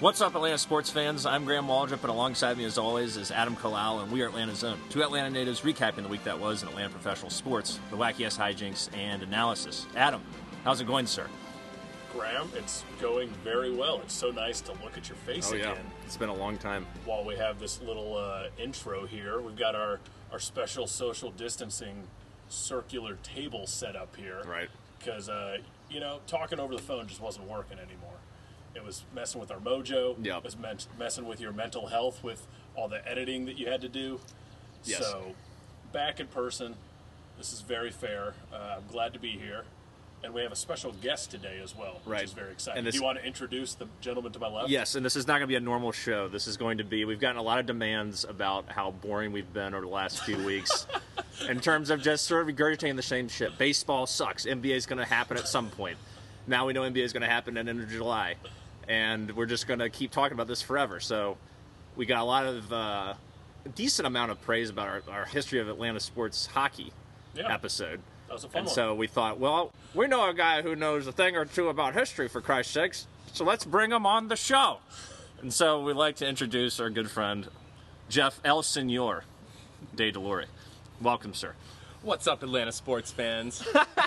What's up, Atlanta sports fans? I'm Graham Waldrop, and alongside me, as always, is Adam Kalal, and we are Atlanta Zone. Two Atlanta natives recapping the week that was in Atlanta professional sports, the wackiest hijinks, and analysis. Adam, how's it going, sir? Graham, it's going very well. It's so nice to look at your face Oh yeah, again. it's been a long time. While we have this little uh, intro here, we've got our, our special social distancing circular table set up here. Right. Because, uh, you know, talking over the phone just wasn't working anymore. It was messing with our mojo. Yep. It was men- messing with your mental health with all the editing that you had to do. Yes. So, back in person, this is very fair. Uh, I'm glad to be here. And we have a special guest today as well, which Right. is very exciting. And this- Do you want to introduce the gentleman to my left? Yes, and this is not going to be a normal show. This is going to be. We've gotten a lot of demands about how boring we've been over the last few weeks, in terms of just sort of regurgitating the same shit. Baseball sucks. NBA is going to happen at some point. Now we know NBA is going to happen at the end of July, and we're just going to keep talking about this forever. So, we got a lot of uh, decent amount of praise about our, our history of Atlanta sports hockey Yeah. episode. That was a fun and one. so we thought, well, we know a guy who knows a thing or two about history, for Christ's sakes, so let's bring him on the show. And so we'd like to introduce our good friend, Jeff El Senor de Delore. Welcome, sir. What's up, Atlanta sports fans?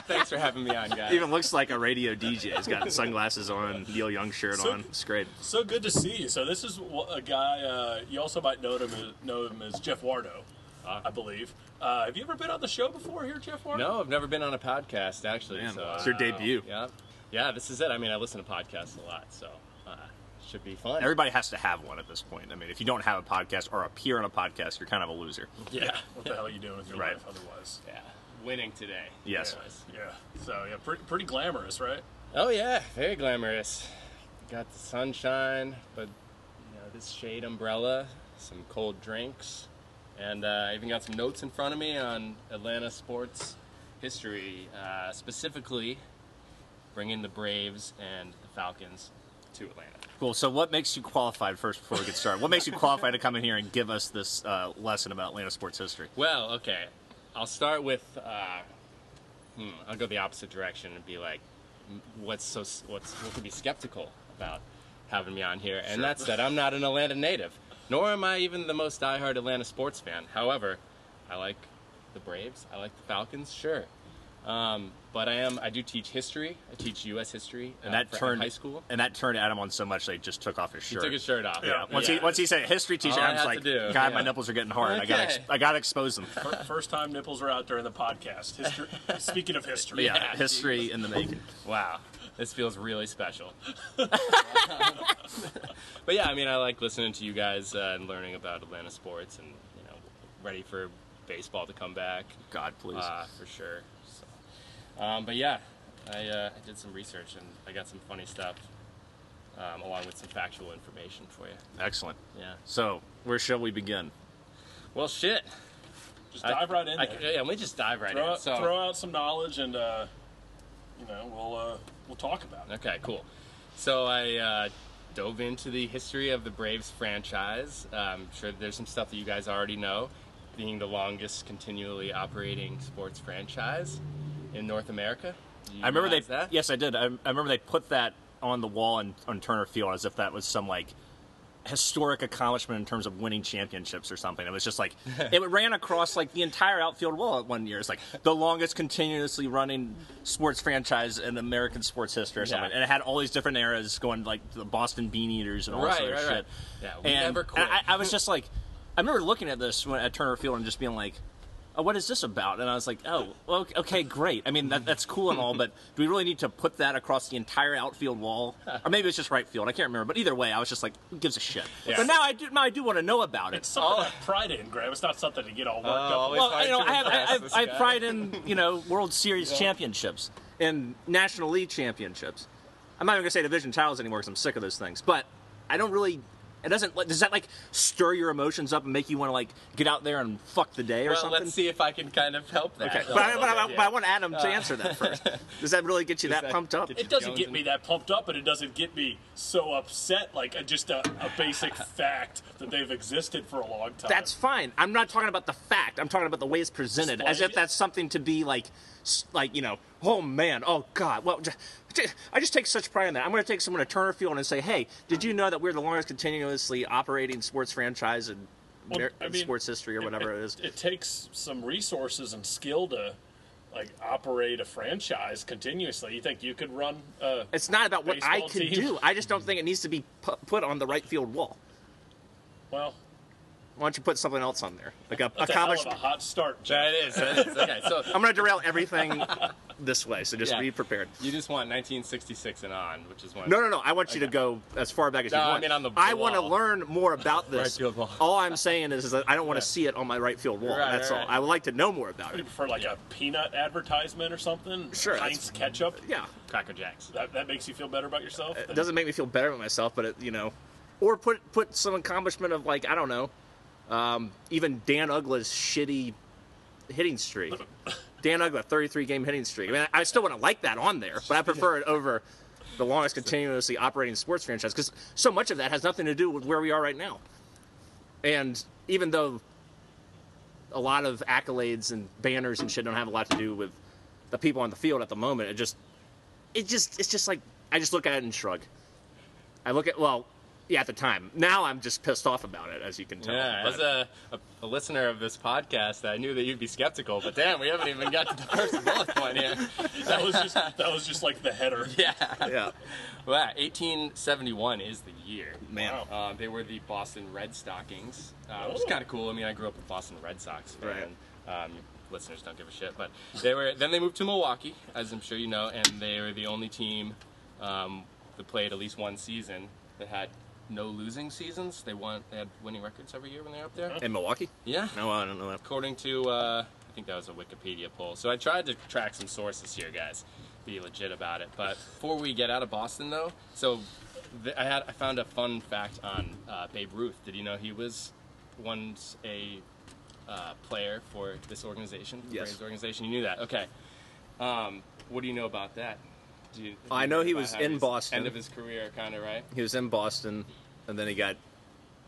Thanks for having me on, guys. Even looks like a radio DJ. He's got sunglasses on, Neil Young shirt So- on. It's great. So good to see you. So this is wh- a guy. Uh, you also might know him as, know him as Jeff Wardo, I believe. Uh, have you ever been on the show before here, Jeff Wardo? Ah. no, I've never been on a podcast actually. Man, so, it's your uh, debut. Yeah, yeah. This is it. I mean, I listen to podcasts a lot, so uh, should be fun. Everybody has to have one at this point. I mean, if you don't have a podcast or appear on a podcast, you're kind of a loser. yeah, What the hell are you doing with your Right. life otherwise? yeah. Winning today. Yes. Anyways. Yeah. So yeah, pretty, pretty glamorous, right? Oh yeah, very glamorous. Got the sunshine, but you know this shade umbrella, some cold drinks, and uh, I even got some notes in front of me on Atlanta sports history, uh, specifically bringing the Braves and the Falcons to Atlanta. Cool. So, what makes you qualified first before we get started? What makes you qualified to come in here and give us this uh, lesson about Atlanta sports history? Well, okay, I'll start with. Uh, hmm, I'll go the opposite direction and be like, m- what's so s- what's what could be skeptical about having me on here? And that's that I'm not an Atlanta native, nor am I even the most diehard Atlanta sports fan. However, I like the Braves. I like the Falcons. Sure. Um, but I am. I do teach history. I teach U.S. history. And uh, that for- in turned high school. And that turned Adam on so much they just took off his He shirt. took his shirt off. Yeah. Once he once he said history teacher, All I Adam's have like, to do. God, my Yeah. nipples are getting hard. I got to ex- Okay. I got to expose them. Fir- First time nipples are out during the podcast. History, speaking of history, Yeah, Yeah. history in the making. Wow, this feels really special. but yeah, I mean, I like listening to you guys uh, and learning about Atlanta sports, and you know, ready for baseball to come back God, please. uh, for sure. So, um, but yeah, I, uh, I did some research and I got some funny stuff um, along with some factual information for you. Excellent. Yeah. So, where shall we begin? Well, shit. just dive right in. I, there. yeah, let me just dive right throw, in. out, So, throw out some knowledge, and uh, you know we'll uh, we'll talk about it. Okay, cool. So I uh, dove into the history of the Braves franchise. Uh, I'm sure there's some stuff that you guys already know, being the longest continually operating sports franchise in North America. Do you I remember they. realize that. Yes, I did. I, I remember they put that on the wall in, on Turner Field as if that was some like historic accomplishment in terms of winning championships or something. It was just like it ran across like the entire outfield wall at one year. It's like the longest continuously running sports franchise in American sports history or something. Yeah. And it had all these different eras going like the Boston Bean Eaters and all that Right, sort of right, shit. right. Yeah, we and, never quit. and I, I was just like, I remember looking at this when, at Turner Field and just being like, oh, what is this about? And I was like, oh, well, okay, okay, great. I mean, that, that's cool and all, but do we really need to put that across the entire outfield wall? Or maybe it's just right field. I can't remember. But either way, I was just like, who gives a shit? Yeah. But now I do, now I do want to know about it. It's Oh. something I have pride in, Graham. It's not something to get all worked up. always Well, about. hard you know, to I have, I, impress have, this I have guy. pride in you know World Series championships and National League championships. I'm not even gonna say division titles anymore because I'm sick of those things. But I don't really It doesn't. like, Does that like stir your emotions up and make you want to like get out there and fuck the day or Well, something? let's see if I can kind of help that. Okay. a But, I, little but, I, bit, but I yeah. want Adam to answer that first. Does that really get you that, that pumped up? get you- It doesn't Jones get and- me that pumped up, and it doesn't get me so upset. Like uh, just a, a basic fact that they've existed for a long time. That's fine. I'm not talking about the fact. I'm talking about the way it's presented, as Displayed. if that's something to be like, s- like you know, oh man, oh god. Well, j- j- I just take such pride in that. I'm going to take someone to Turner Field and say, hey, did you know that we're the longest continuously operating sports franchise in, Well, Amer- I in mean, sports history or whatever it is? It takes some resources and skill to like operate a franchise continuously. You think you could run? Uh, It's not about what I Baseball can team. do. I just don't think it needs to be pu- put on the right field wall. well, Why don't you put something else on there, like a that's a hell of a accomplishment? hot start. Jeff. That is. That is. Okay, so I'm going to derail everything this way, so just Yeah. be prepared. you just want 1966 and on, which is one. No, no, no. I want you to go as far back as No, you I want. mean on the want to wall. learn more about this. Right field wall. All I'm saying is, is that I don't want to see it on my right field wall. Right, that's right, all. right. I would like to know more about You it. prefer like a peanut advertisement or something? Sure, that's- Heinz ketchup. Yeah. Uh, Cracker Jacks. That, that makes you feel better about yourself. It doesn't make me feel better about myself, but it, you know, or put put some accomplishment of like I don't know, um, even Dan Ugla's shitty hitting streak. Dan Ugla, 33 game hitting streak. I mean, I still want to like that on there, but I prefer it over the longest continuously operating sports franchise because so much of that has nothing to do with where we are right now. And even though a lot of accolades and banners and shit don't have a lot to do with the people on the field at the moment, it just it just it's just like I just look at it and shrug. I look at well, yeah, at the time. Now I'm just pissed off about it, as you can tell. Yeah, But- as a, a, a listener of this podcast, I knew that you'd be skeptical, but damn, we haven't even got to the first bullet point here. that was just that was just like the header. Yeah. yeah, Wow, 1871 is the year. man. Wow. Uh, they were the Boston Red Stockings, uh, which is Oh. kind of cool. I mean, I grew up with Boston Red Sox, fan. Um, listeners don't give a shit, but they were. Then they moved to Milwaukee, as I'm sure you know, and they were the only team um, that played at least one season that had no losing seasons. They won. They had winning records every year when they were up there. In Milwaukee? Yeah. No, I don't know that. According to, uh, I think that was a Wikipedia poll. So I tried to track some sources here, guys, be legit about it. But before we get out of Boston, though, so th- I had I found a fun fact on uh, Babe Ruth. Did you know he was once a uh, player for this organization, the Yes. Braves organization? You knew that, okay? Um, what do you know about that? Do you, I know he about was how in his Boston. End of his career, kind of right. He was in Boston, and then he got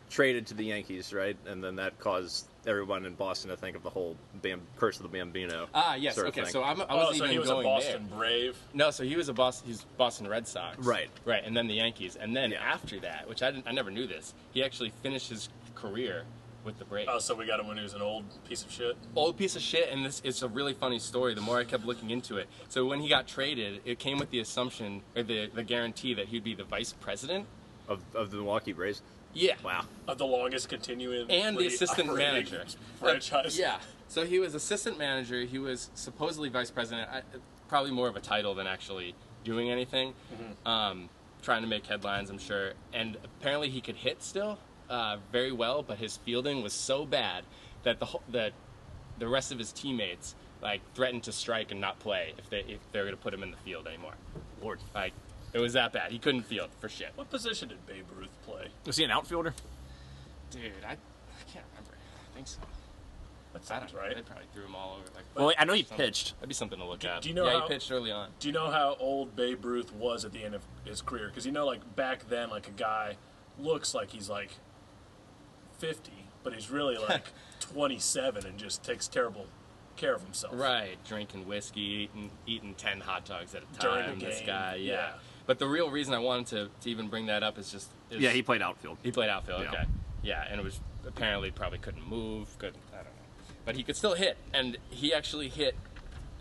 traded to the Yankees, right? And then that caused everyone in Boston to think of the whole Bam- curse of the Bambino. Ah, yes. sort of okay, thing. so I'm, I Oh, wasn't so even he was a going there. Boston Brave. No, so he was a Boston. He's Boston Red Sox. Right. Right, and then the Yankees, and then Yeah. after that, which I didn't, I never knew this. He actually finished his career with the Braves. Oh, so we got him when he was an old piece of shit. Old piece of shit, and this it's a really funny story. The more I kept looking into it, so when he got traded, it came with the assumption or the the guarantee that he'd be the vice president. of, of the Milwaukee Braves. Yeah. Wow. Of the longest continuing and the assistant manager franchise. Yeah. So he was assistant manager. He was supposedly vice president. I, probably more of a title than actually doing anything. Um, trying to make headlines, I'm sure. And apparently he could hit still uh, very well, but his fielding was so bad that the whole, that the rest of his teammates like threatened to strike and not play if they if they were going to put him in the field anymore. Lord. Like it was that bad. He couldn't field for shit. What position did Babe Ruth play? Was he an outfielder? Dude, I, I can't remember. I think so. That I sounds don't know. right. They probably threw him all over. Like, Well, wait, I know he Something- pitched. That'd be something to look at. do you know Yeah, how- he pitched early on. Do you know how old Babe Ruth was at the end of his career? Because you know, like back then, like a guy looks like he's like fifty, but he's really like twenty-seven and just takes terrible care of himself. Right, drinking whiskey, eating, eating ten hot dogs at a During the time. This game, guy, yeah. yeah. But the real reason I wanted to, to even bring that up is just is Yeah, he played outfield. he played outfield. Yeah. Okay, yeah, and it was apparently probably couldn't move. Couldn't I don't know, but he could still hit, and he actually hit.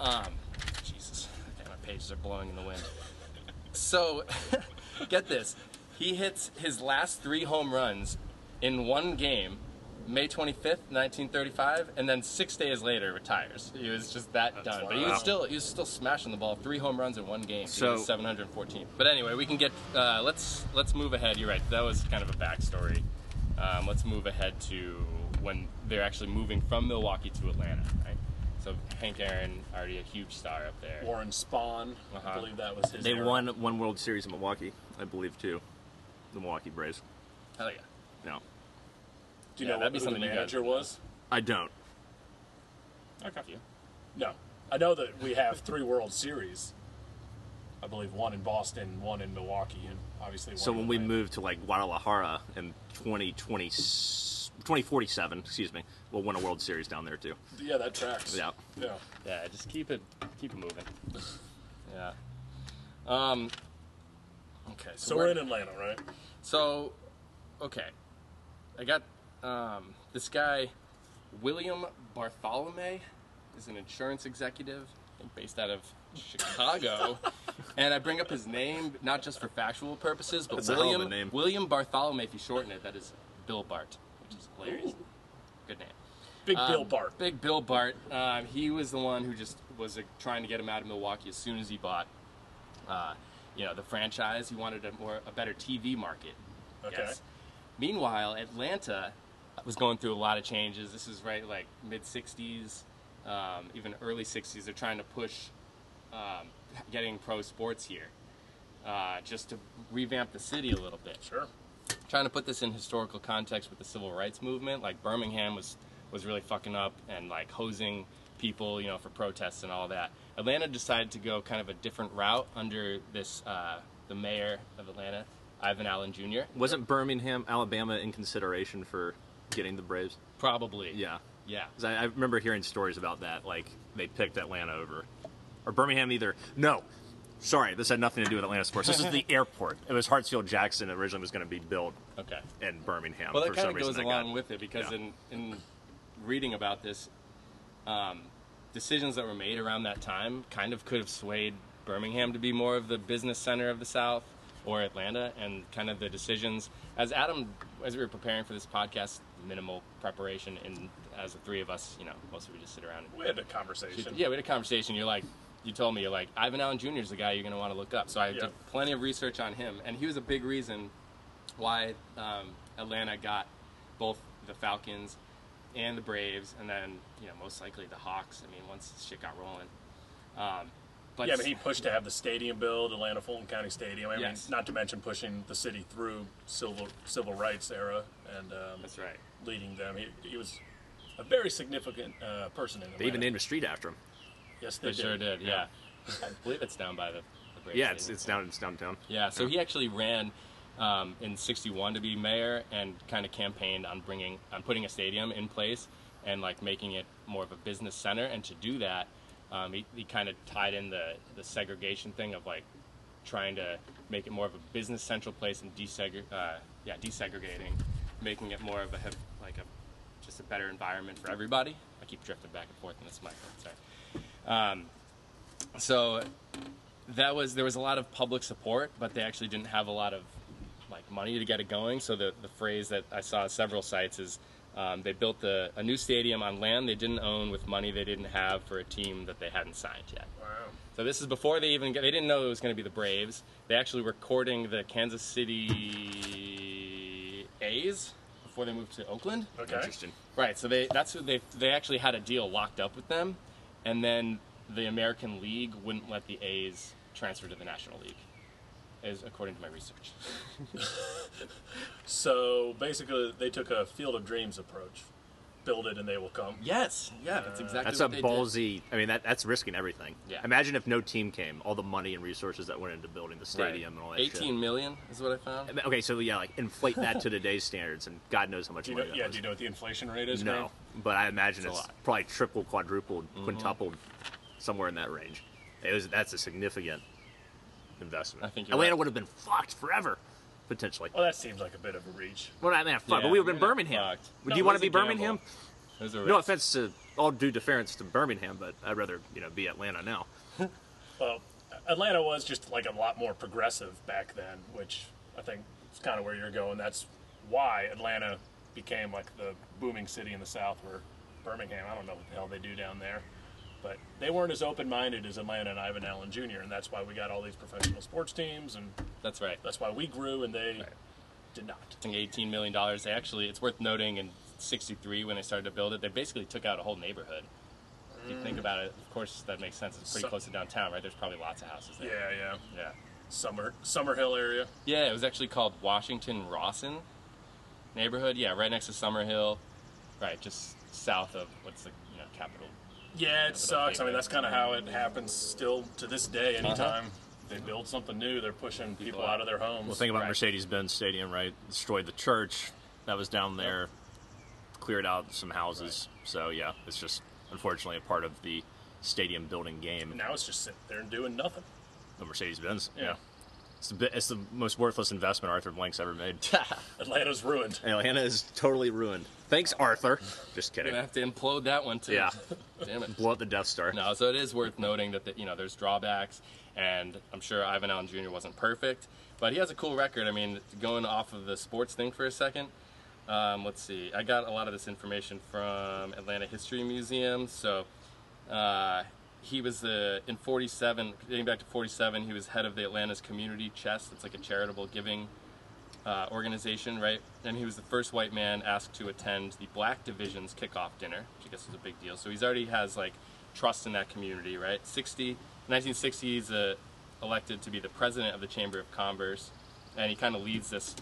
Um, Jesus, okay, my pages are blowing in the wind. So, get this. He hits his last three home runs in one game, May 25th, 1935, and then six days later retires. He was just that done. But he wild. was still he was still smashing the ball. Three home runs in one game. So- So 714. But anyway, we can get uh, let's let's move ahead. You're right. That was kind of a backstory. Um, let's move ahead to when they're actually moving from Milwaukee to Atlanta. Right. So Hank Aaron already a huge star up there. Warren Spahn, I Uh-huh. believe that was his. They era. won one World Series in Milwaukee, I believe, too. The Milwaukee Braves. Hell yeah. No, Do you Yeah, know what that'd be who the something you guys manager would was? I don't. I got you. No. I know that we have three World Series. I believe one in Boston, one in Milwaukee, and obviously one So in when we Atlanta. move to like Guadalajara in 2020, 2047, excuse me, we'll win a World Series down there too. Yeah, that tracks. Yeah. Yeah. Yeah, just keep it keep it moving. Yeah. Um. Okay, so, So we're we're in Atlanta, right? so okay. I got um, this guy, William Bartholomew, is an insurance executive I think based out of Chicago, and I bring up his name not just for factual purposes, but That's a hell of a William name. William Bartholomew. If you shorten it, that is Bill Bart, which is hilarious. Good name. Big Um, Bill Bart. Big Bill Bart. Um, he was the one who just was uh, trying to get him out of Milwaukee as soon as he bought, uh, you know, the franchise. He wanted a more a better TV market. I Okay. guess. Meanwhile, Atlanta was going through a lot of changes. This is right like mid '60s, um, even early '60s. They're trying to push um, getting pro sports here, uh, just to revamp the city a little bit Sure. trying to put this in historical context with the civil rights movement, like Birmingham was was really fucking up and like hosing people, you know, for protests and all that. Atlanta decided to go kind of a different route under this uh, the mayor of Atlanta, Ivan Allen Jr. Wasn't Birmingham, Alabama, in consideration for getting the Braves? Probably, Yeah, yeah. 'Cause I, I remember hearing stories about that. Like they picked Atlanta over, or Birmingham either. No, sorry, this had nothing to do with Atlanta sports. This is the airport. It was Hartsfield Jackson originally was going to be built Okay. in Birmingham. Well, that for kind some of reason, goes that along got- with it because Yeah. in in reading about this, um, decisions that were made around that time kind of could have swayed Birmingham to be more of the business center of the South or Atlanta, and kind of the decisions as Adam as we were preparing for this podcast, minimal preparation, and as the three of us, you know, mostly we just sit around. And We had a conversation. yeah, we had a conversation. You're like, you told me you're like Ivan Allen Jr. is the guy you're going to want to look up. So I Yeah. did plenty of research on him, and he was a big reason why um, Atlanta got both the Falcons and the Braves, and then you know most likely the Hawks. I mean, once this shit got rolling, um, but Yeah, I mean, he pushed to have the stadium build, Atlanta Fulton County Stadium. I mean, Yes. not to mention pushing the city through civil civil rights era and um, that's right. leading them. He, he was a very significant uh, person in Atlanta. They even named a street after him. yes, they They sure did. Yeah. Yeah, I believe it's down by the. the Braves Yeah, it's stadium. it's down it's downtown. Yeah, so he actually ran um, in '61 to be mayor and kind of campaigned on bringing on putting a stadium in place and like making it more of a business center. And to do that, um, he, he kind of tied in the the segregation thing of like trying to make it more of a business central place and desegre- uh, yeah desegregating, making it more of a hev- like a just a better environment for everybody. I keep drifting back and forth in this mic. Sorry. Um, so that was there was a lot of public support, but they actually didn't have a lot of like money to get it going. So the the phrase that I saw at several sites is um, they built the, a new stadium on land they didn't own with money they didn't have for a team that they hadn't signed yet. Wow. So this is before they even get, they didn't know it was going to be the Braves. They actually were courting the Kansas City A's before they moved to Oakland. Okay. Interesting. Right. So they that's who they they actually had a deal locked up with them, and then the American League wouldn't let the A's transfer to the National League, is according to my research. So basically, they took a field of dreams approach. Build it and they will come. Yes. Yeah. That's exactly. That's a what they did. ballsy. I mean, that that's risking everything. Yeah. Imagine if no team came, all the money and resources that went into building the Right. stadium and all that. Eighteen shit. million is what I found. I mean, Okay, so yeah, like inflate that to today's standards, and God knows how much Do you know, money. that yeah, was. do you know what the inflation rate is? No, Graham? but I imagine It's it's, a lot. Mm-hmm. probably triple, quadrupled, quintupled, somewhere in that range. It was that's a significant investment. I think you're Atlanta right. Uh, would have been fucked forever, potentially. Well, that seems like a bit of a reach. Well, I mean, fuck, Yeah, but we would have we're been not Birmingham. fucked. Would No, you it want was to a be Birmingham? gamble. It was a No risk. offense to all due deference to Birmingham, but I'd rather you know be Atlanta now. Well, Atlanta was just like a lot more progressive back then, which I think is kind of where you're going. That's why Atlanta became like the booming city in the South, where Birmingham, I don't know what the hell they do down there. But they weren't as open minded as Atlanta and Ivan Allen Jr., and that's why we got all these professional sports teams, and That's right. that's why we grew and they did not. investing $18 million. They actually, it's worth noting, in 63 when they started to build it, they basically took out a whole neighborhood. If you think about it, of course, that makes sense. It's pretty So- close to downtown, right? There's probably lots of houses Yeah, there. yeah. Yeah. Summer, Summerhill area. Yeah, it was actually called Washington Rawson. neighborhood. Yeah, right next to Summer Hill, right just south of what's the you know capital. Yeah, it sucks. I mean, that's kind of how it happens still to this day. Anytime they build something new, they're pushing people out of their homes. Well, think about Right. Mercedes-Benz Stadium, right? Destroyed the church that was down there, cleared out some houses. So yeah, it's just unfortunately a part of the stadium building game. now it's just sitting there and doing nothing. The Mercedes-Benz, yeah. Yeah. It's the, bi- it's the most worthless investment Arthur Blank's ever made. Atlanta's ruined. Atlanta is totally ruined. Thanks, Arthur. Just Gonna kidding. have to implode that one too. Yeah. damn it. Blow up the Death Star. No, so it is worth noting that the, you know there's drawbacks, and I'm sure Ivan Allen Jr. wasn't perfect, but he has a cool record. I mean, going off of the sports thing for a second, um, let's see. I got a lot of this information from Atlanta History Museum. So uh, he was the in '47, dating back to '47, he was head of the Atlanta's Community Chest. It's like a charitable giving uh, organization, right? And he was the first white man asked to attend the black division's kickoff dinner, which I guess is a big deal. So he's already has like trust in that community, right? 60, 1960, he's uh, elected to be the president of the Chamber of Commerce, and he kind of leads this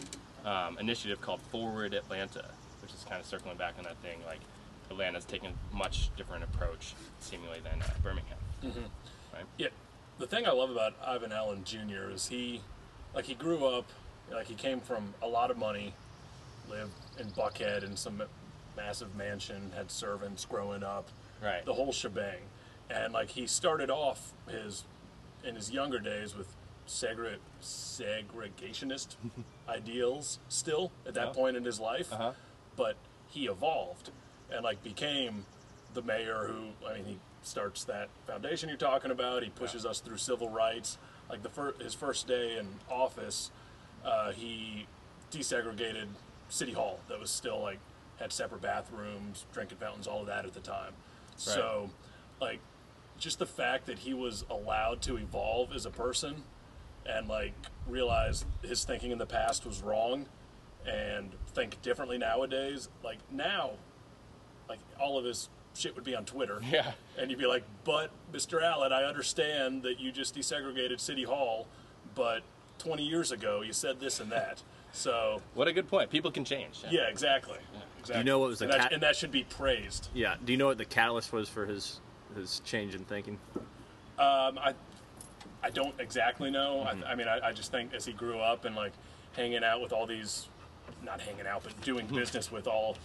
um, initiative called Forward Atlanta, which is kind of circling back on that thing, like Atlanta's taken a much different approach, seemingly, than uh, Birmingham. Right? Yeah, the thing I love about Ivan Allen Jr. is he, like, he grew up, like, he came from a lot of money, lived in Buckhead in some massive mansion, had servants growing up, Right. the whole shebang, and like he started off his, in his younger days with segre- segregationist ideals still at that Yeah. point in his life, Uh-huh. but he evolved and like became the mayor who I mean he starts that foundation you're talking about. He pushes us through civil rights. Like the fir- his first day in office, uh, he desegregated City Hall that was still like had separate bathrooms, drinking fountains, all of that at the time. So, like, just the fact that he was allowed to evolve as a person and like realize his thinking in the past was wrong and think differently nowadays like now like all of his shit would be on twitter Yeah. and you'd be like but mr allen i understand that you just desegregated city hall but 20 years ago you said this and that so What a good point. People can change. yeah exactly exactly You know what was the and, that, cat- and that should be praised Yeah. Do you know what the catalyst was for his his change in thinking? Um, I, I don't exactly know. Mm-hmm. I, I mean, I, I just think as he grew up and like hanging out with all these, not hanging out, but doing Hmm. business with all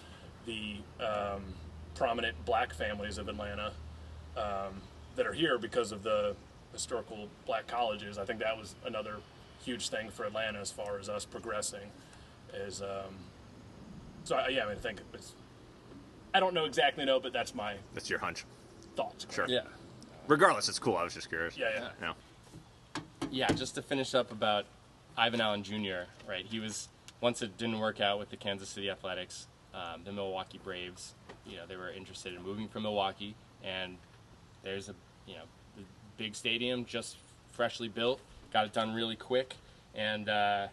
the um, prominent black families of Atlanta um, that are here because of the historical black colleges. I think that was another huge thing for Atlanta as far as us progressing. Is um, so I, yeah, I mean, I think it's. I don't know exactly, no, but that's my That's your hunch. thoughts. Sure. Yeah. Regardless, it's cool. I was just curious. Yeah, yeah. Yeah. yeah, just to finish up about Ivan Allen Jr., right? He was, once it didn't work out with the Kansas City Athletics, um, the Milwaukee Braves, you know, they were interested in moving from Milwaukee, and there's a, you know, the big stadium just freshly built, got it done really quick, and, uh,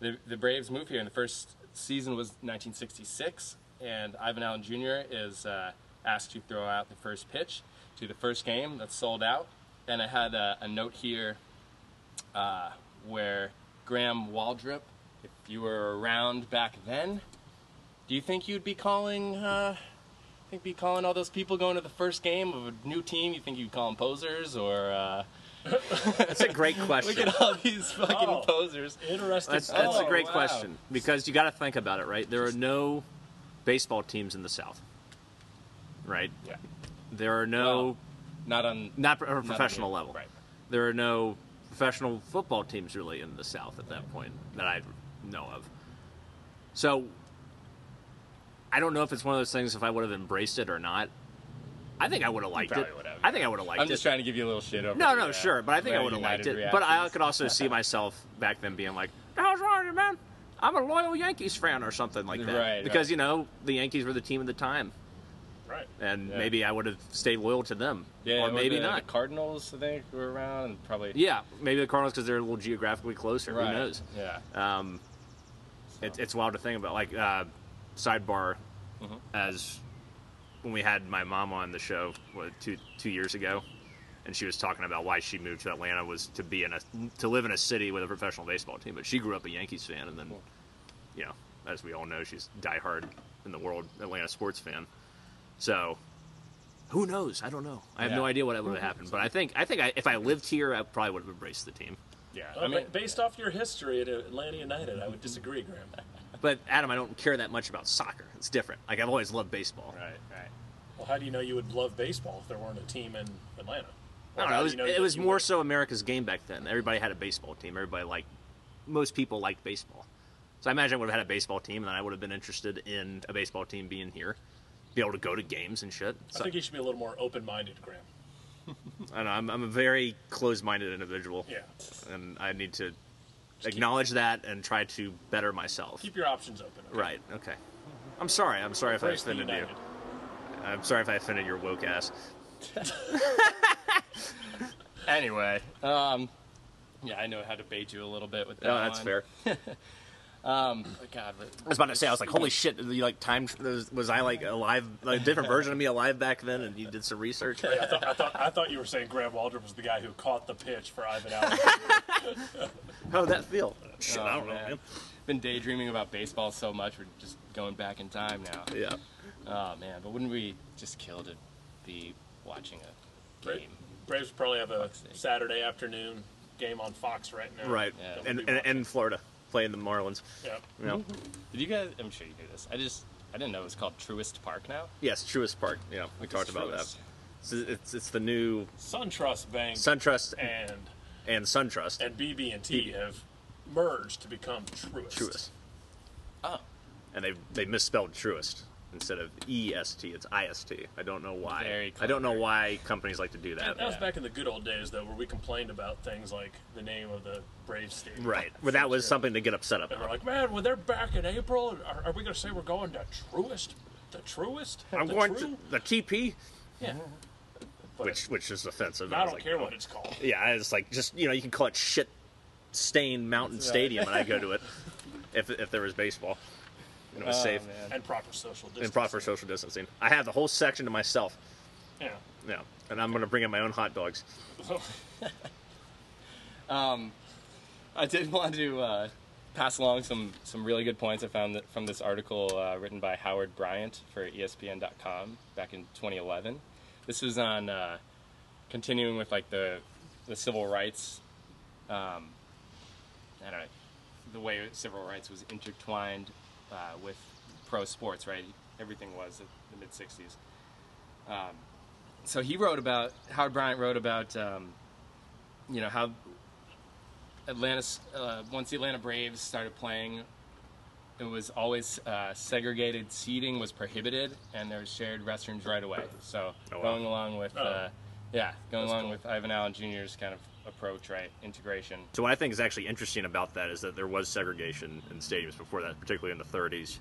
the, the Braves moved here, and the first season was 1966. And Ivan Allen Jr. is uh, asked to throw out the first pitch to the first game that's sold out. And I had a, a note here uh, where Graham Waldrop, if you were around back then, do you think you'd be calling? Uh, think be calling all those people going to the first game of a new team? You think you'd call them posers or? Uh, That's a great question. look at all these fucking Oh. posers. Interesting. That's that's Oh, a great wow. question because you got to think about it, right? There are no baseball teams in the South, right? Yeah, There are no Well, not on not on a not on professional the- level. right? There are no professional football teams really in the South at that point that I know of. So I don't know if it's one of those things if I would have embraced it or not. I think I would have liked it. probably would have, I think I would have liked I'm it. just trying to give you a little shit over. No, the, no, uh, sure, but I think I Atlanta would have liked it. United But I reactions. could also see myself back then being like, "The hell's wrong with you, man? I'm a loyal Yankees fan or something like that." Right, because right. you know the Yankees were the team at the time, right. and Yeah. maybe I would have stayed loyal to them, yeah, or maybe the, not. The Cardinals, I think, were around and probably yeah, maybe the Cardinals because they're a little geographically closer. Right. Who knows? Yeah, Um, it, it's wild to think about. Like uh, sidebar, Mm-hmm. as when we had my mom on the show what, two two years ago, and she was talking about why she moved to Atlanta was to be in a to live in a city with a professional baseball team. But she grew up a Yankees fan, and then you know as we all know, she's diehard in the world Atlanta sports fan. So who knows? I don't know. I have Yeah. no idea what would have happened. But I think I think I, if I lived here, I probably would have embraced the team. Yeah, Well, I mean, ba- based off your history at Atlanta United, I would disagree, Graham. But Adam, I don't care that much about soccer. It's different. Like I've always loved baseball. right, right. Well, how do you know you would love baseball if there weren't a team in Atlanta? I Or don't know. how do It was, you know it that was you more would- so America's game back then. Everybody had a baseball team. Everybody liked. Most people liked baseball. So I imagine I would have had a baseball team, and then I would have been interested in a baseball team being here, be able to go to games and shit. I So, think you should be a little more open-minded, Graham. I don't know. I'm, I'm a very closed-minded individual, Yeah, and I need to acknowledge that and try to better myself. keep your options open. okay? Right. Okay. I'm sorry. I'm sorry if I Embrace the offended you. United. I'm sorry if I offended your woke ass. Anyway, um, yeah, I know how to bait you a little bit with that. No, Oh, that's one. fair. But God, but- I was about to say, I was like, holy shit, you like time, was, was I like alive, like a different version of me alive back then and you did some research? I thought, I, thought, I thought you were saying Graham Waldrop was the guy who caught the pitch for Ivan Allen. How'd that feel? Shit, I Oh, don't know, man. man. Been daydreaming about baseball so much, we're just going back in time now. Yeah. Oh man, but wouldn't we just kill to be watching a Right. game? Braves probably have a Fuck's sake. Saturday afternoon game on Fox right now. Right. Yeah. And, and, and Florida, playing the Marlins. Yep. Yeah. Did you guys? I'm sure you knew this. I just I didn't know it was called Truist Park now. Yes, Truist Park. Yeah, we It's talked about that. Truist. It's, it's, it's the new SunTrust Bank SunTrust and and SunTrust. and BB&T have merged to become Truist. Truist. Oh, And they they misspelled Truist instead of EST. It's IST. I don't know why. Very I don't know why companies like to do That, that. that was Yeah. back in the good old days, though, where we complained about things like the name of the Braves stadium. Right. Well, that was something to get upset And we're about. like, man, when they're back in April, are, are we going to say we're going to Truist? The Truist? I'm the going True? to the TP, Yeah. But which which is offensive. I was don't like, "Oh." care no. what it's called. Yeah, I was like, just you know, you can call it shit stained Mountain Stadium, and I go to it if if there was baseball and it Oh, was safe oh, man. And proper social distancing. and proper social distancing. I have the whole section to myself. Yeah. Yeah, and I'm gonna bring in my own hot dogs. I did want to uh, pass along some some really good points I found that from this article uh, written by Howard Bryant for E ESPN.com back in 2011. This was on uh, continuing with like the the civil rights. Um, I don't know the way civil rights was intertwined uh, with pro sports, right? Everything was in the mid 60s. Um, so he wrote about Howard Bryant wrote about um, you know how Atlanta's uh, once the Atlanta Braves started playing, it was always uh, segregated seating was prohibited, and there was shared restrooms right away. So Oh, wow. going along with uh, yeah, going That's along cool. with Ivan Allen Jr.'s kind of approach, right? Integration. So what I think is actually interesting about that is that there was segregation in stadiums before that, particularly in the 30s,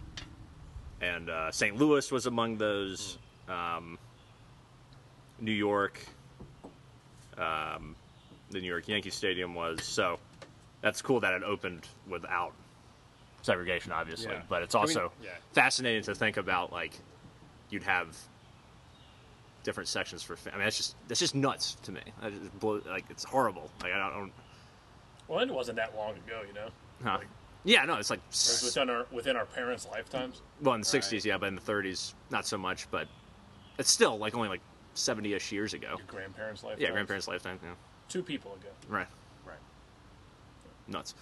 and uh, St. Louis was among those. Um, New York, um, the New York Yankee Stadium was so. That's cool that it opened without segregation, obviously, Yeah. but it's I mean, also yeah. fascinating to think about. Like, you'd have different sections for. fa- I mean, that's just that's just nuts to me. I just blow, like it's horrible. Like I don't. I don't Well, it wasn't that long ago, you know. Huh. Like, yeah, no, it's like it was within our within our parents' lifetimes. well in the sixties, yeah, but in the thirties, not so much. But it's still like only like seventy-ish years ago. Your grandparents' lifetimes. Yeah, grandparents' lifetime. Yeah, Two people ago. right, Right. nuts.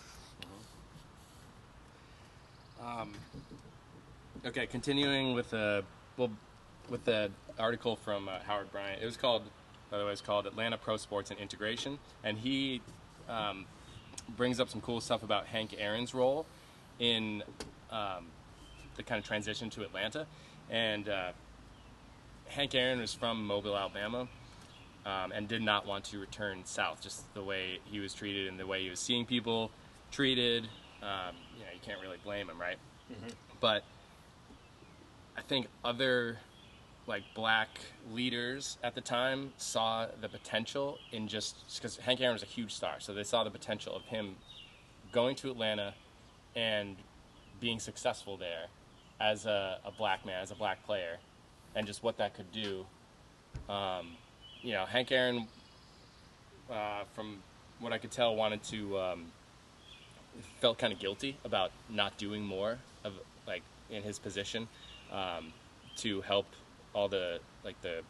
Okay, continuing with the well, with the article from uh, Howard Bryant. It was called, by the way, it's called Atlanta Pro Sports and Integration, and he um, brings up some cool stuff about Hank Aaron's role in um, the kind of transition to Atlanta. And uh, Hank Aaron was from Mobile, Alabama, um, and did not want to return south. Just the way he was treated and the way he was seeing people treated. Um, you know, you can't really blame him, right? But I think other like black leaders at the time saw the potential in just because Hank Aaron was a huge star, so they saw the potential of him going to Atlanta and being successful there as a, a black man, as a black player, and just what that could do. Um, you know, Hank Aaron, uh, from what I could tell, wanted to um, felt kind of guilty about not doing more of like in his position um, to help all the like the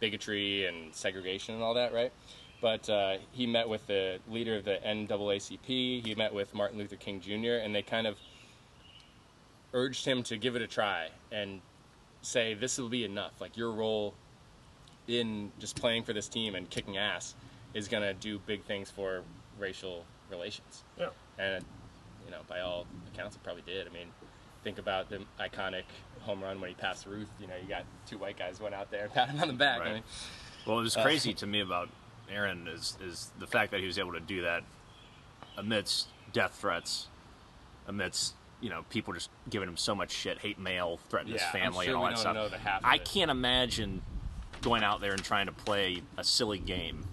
bigotry and segregation and all that, right? But uh, he met with the leader of the NAACP. He met with Martin Luther King Jr. and they kind of urged him to give it a try and say this will be enough. Like your role in just playing for this team and kicking ass is gonna do big things for racial relations. Yeah. And you know, by all accounts, it probably did. I mean, think about the iconic home run when he passed Ruth. You know, you got two white guys went out there and pat him on the back. I Right. mean, Well, it Uh, was crazy to me about Aaron is is the fact that he was able to do that amidst death threats, amidst you know people just giving him so much shit, hate mail, threatening Yeah, his I'm family, sure and all we that don't stuff. know the half of I it. can't imagine going out there and trying to play a silly game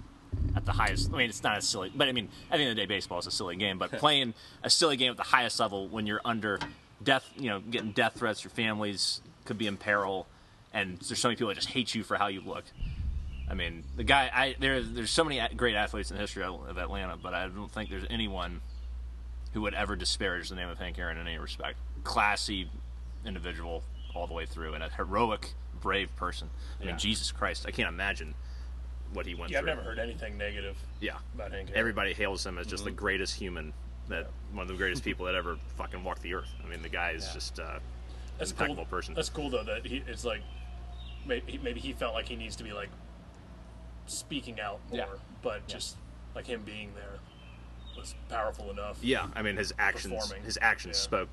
at the highest. I mean, it's not a silly, but I mean, at the end of the day, baseball is a silly game. But playing a silly game at the highest level when you're under death, you know, getting death threats, your families could be in peril, and there's so many people that just hate you for how you look. I mean, the guy. I there. There's so many a- great athletes in the history of of Atlanta, but I don't think there's anyone who would ever disparage the name of Hank Aaron in any respect. Classy individual all the way through, and a heroic, brave person. I Yeah. mean, Jesus Christ, I can't imagine what he went Yeah, I've through. never heard anything negative Yeah, about Hank Aaron. everybody hails him as just the Mm-hmm. greatest human that one of the greatest people that ever fucking walked the earth. I mean, the guy is just. Uh, that's impeccable cool. person. That's cool though that he it's like maybe, maybe he felt like he needs to be like speaking out more, Yeah. but just like him being there was powerful enough. yeah, I mean his actions. Performing. His actions Yeah. spoke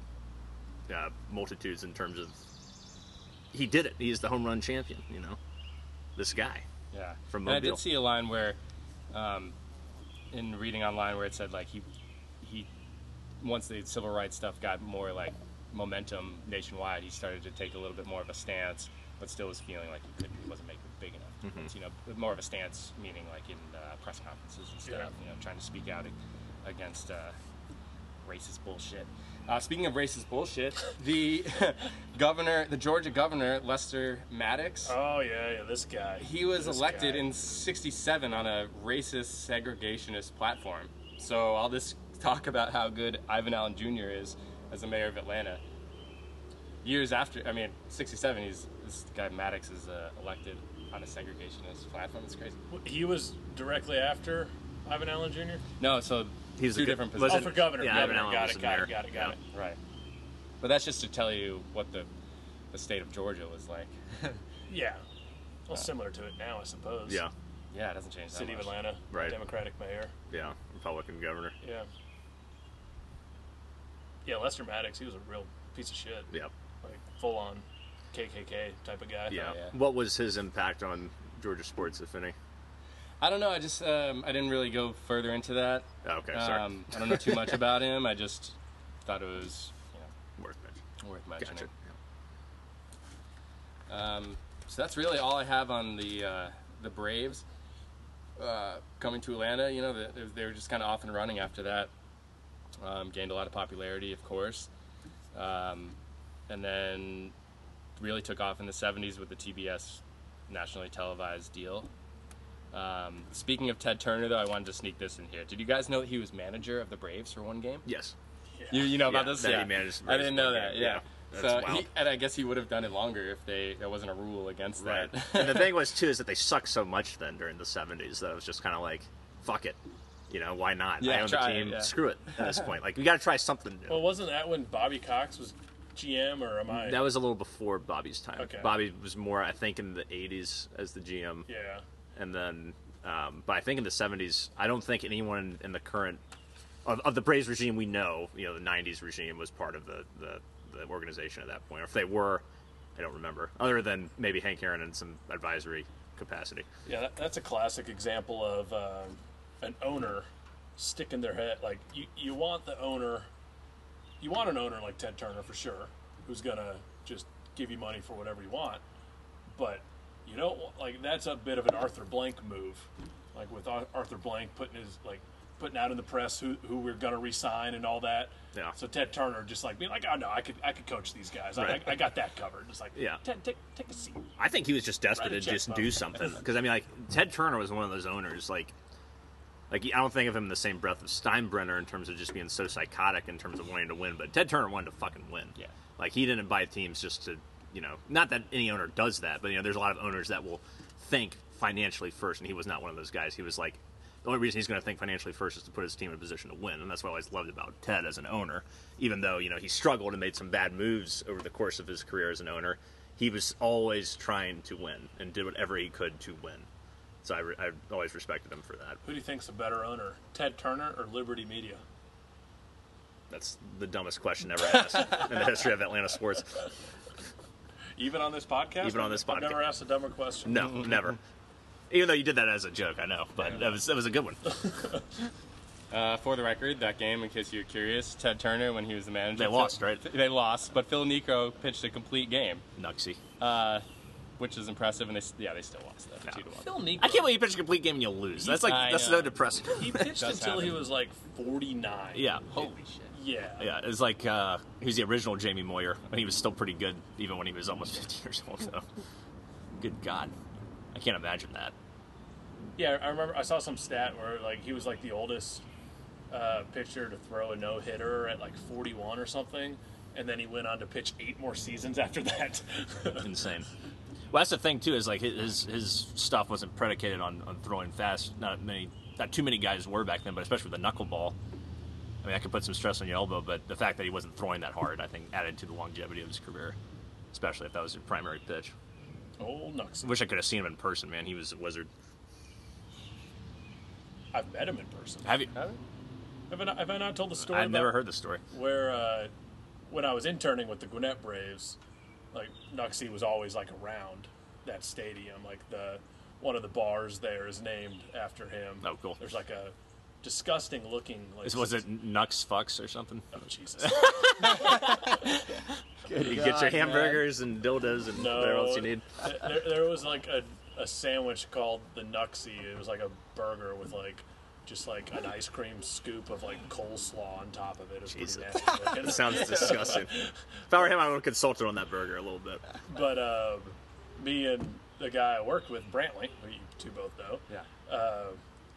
uh, multitudes in terms of he did it. He is the home run champion. You know, this guy. yeah. From and I Mobile. did see a line where, um, in reading online, where it said like he, he, once the civil rights stuff got more like momentum nationwide, he started to take a little bit more of a stance, but still was feeling like he couldn't, he wasn't making it big enough. It's, You know, more of a stance meaning like in uh, press conferences and stuff. Yeah. You know, trying to speak out ag- against. Uh, racist bullshit. Uh, speaking of racist bullshit, the governor, the Georgia governor, Lester Maddox, Oh yeah, yeah, this guy. he was This elected guy. in 67 on a racist segregationist platform. So all this talk about how good Ivan Allen Jr. is as the mayor of Atlanta. Years after, I mean, 67, he's, this guy Maddox is uh, elected on a segregationist platform. It's crazy. he was directly after Ivan Allen Jr. No, so He's two the- different was Oh, it- positions. for governor. yeah, Ivan governor. Allen got, was it, the got mayor. it, got it, got it, Right. But that's just to tell you what the, the state of Georgia was like. Yeah. Well, similar to it now, I suppose. Yeah, Yeah, it doesn't change that City of much. Atlanta, Right. Democratic mayor. yeah, Republican governor. Yeah. Yeah, Lester Maddox, he was a real piece of shit. Oh, Yeah, Like full on KKK type of guy. yeah. yeah. What was his impact on Georgia sports, if any? I don't know. I just um, I didn't really go further into that. Oh, okay, sorry. Um, I don't know too much about him. I just thought it was you Worth mentioning. know, worth Gotcha. mentioning. Um, so that's really all I have on the uh, the Braves uh, coming to Atlanta. You know, they, they were just kind of off and running after that. Um, gained a lot of popularity, of course, um, and then really took off in the '70s with the TBS nationally televised deal. Um, speaking of Ted Turner, though, I wanted to sneak this in here. Did you guys know that he was manager of the Braves for one game? Yes. You, you know about Yeah, this? that he yeah. managed to I didn't raise know money. that. Yeah. Yeah, that's So wild. he, and I guess he would have done it longer if they there wasn't a rule against Right. that. and the thing was too is that they sucked so much then during the '70s that I was just kind of like, "Fuck it," you know, why not? Yeah, I own try the it, team. yeah. Screw it. At this point, like, we got to try something new. Well, wasn't that when Bobby Cox was GM, or am I? That was a little before Bobby's time. Okay. Bobby was more, I think, in the '80s as the GM, yeah. and then, um, but I think in the '70s, I don't think anyone in the current of, of the Braves regime we know, you know, the '90s regime was part of the, the the organization at that point, or if they were, I don't remember, other than maybe Hank Aaron in some advisory capacity. Yeah, that, that's a classic example of um, an owner sticking their head. Like you, you want the owner, you want an owner like Ted Turner for sure, who's gonna just give you money for whatever you want. But you don't wa- like that's a bit of an Arthur Blank move, like with Ar- Arthur Blank putting his like putting out in the press who who we're gonna resign and all that. Yeah. So Ted Turner just like being like, oh no, I could I could coach these guys. Right. I, I, I got that covered. It's like, Yeah. Ted, take take a seat. I think he was just desperate Write a to check, just Bob. do something. Because I mean, like Ted Turner was one of those owners. Like Like I don't think of him in the same breath of Steinbrenner in terms of just being so psychotic in terms of wanting to win, but Ted Turner wanted to fucking win. Yeah. Like he didn't buy teams just to, you know, not that any owner does that, but you know, there's a lot of owners that will think financially first, and he was not one of those guys. He was like, the only reason he's going to think financially first is to put his team in a position to win, and that's what I always loved about Ted as an owner. Even though you know he struggled and made some bad moves over the course of his career as an owner, he was always trying to win and did whatever he could to win. So I, re- I always respected him for that. Who do you think's a better owner, Ted Turner or Liberty Media? That's the dumbest question ever asked in the history of Atlanta sports. Even on this podcast? Even on this I've never podcast. asked a dumber question. No, never. Even though you did that as a joke, I know, but that was that was a good one. Uh, for the record, that game, in case you're curious, Ted Turner, when he was the manager, They lost, right? They lost, but Phil Necro pitched a complete game, Nuxie. which is impressive. And they, s- yeah, they still lost though, two to one. Phil Nico. I can't believe you pitch a complete game and you lose. That's like I that's know. so depressing. He pitched Does until he happen. was like 49. Yeah. Holy shit! Yeah. Yeah, it's like uh, he was the original Jamie Moyer, and he was still pretty good even when he was almost 50 years old. So, good God, I can't imagine that. Yeah, I remember I saw some stat where like he was like the oldest uh, pitcher to throw a no hitter at like 41 or something, and then he went on to pitch eight more seasons after that. Insane. Well, that's the thing too is like his his stuff wasn't predicated on, on throwing fast. Not many, not too many guys were back then, but especially with the knuckleball. I mean, that could put some stress on your elbow, but the fact that he wasn't throwing that hard, I think, added to the longevity of his career, especially if that was your primary pitch. Old Nux. Wish I could have seen him in person, man. He was a wizard. I've met him in person. Have you? Have I not, have I not told the story? I've never about- heard the story. where uh, when I was interning with the Gwinnett Braves, like Nuxie was always like around that stadium. Like the one of the bars there is named after him. Oh, cool. There's like a disgusting looking. Like, This was it Nux Fucks or something? Oh Jesus! You get your God, hamburgers and dildos and No. whatever else you need. there, there was like a, a sandwich called the Nuxie. It was like a burger with like. Just like an ice cream scoop of like coleslaw on top of it. It was pretty Jesus. nasty looking. That sounds disgusting. If I were him, I would have consulted on that burger a little bit. But um, me and the guy I worked with, Brantley, who you two both know, Yeah. uh,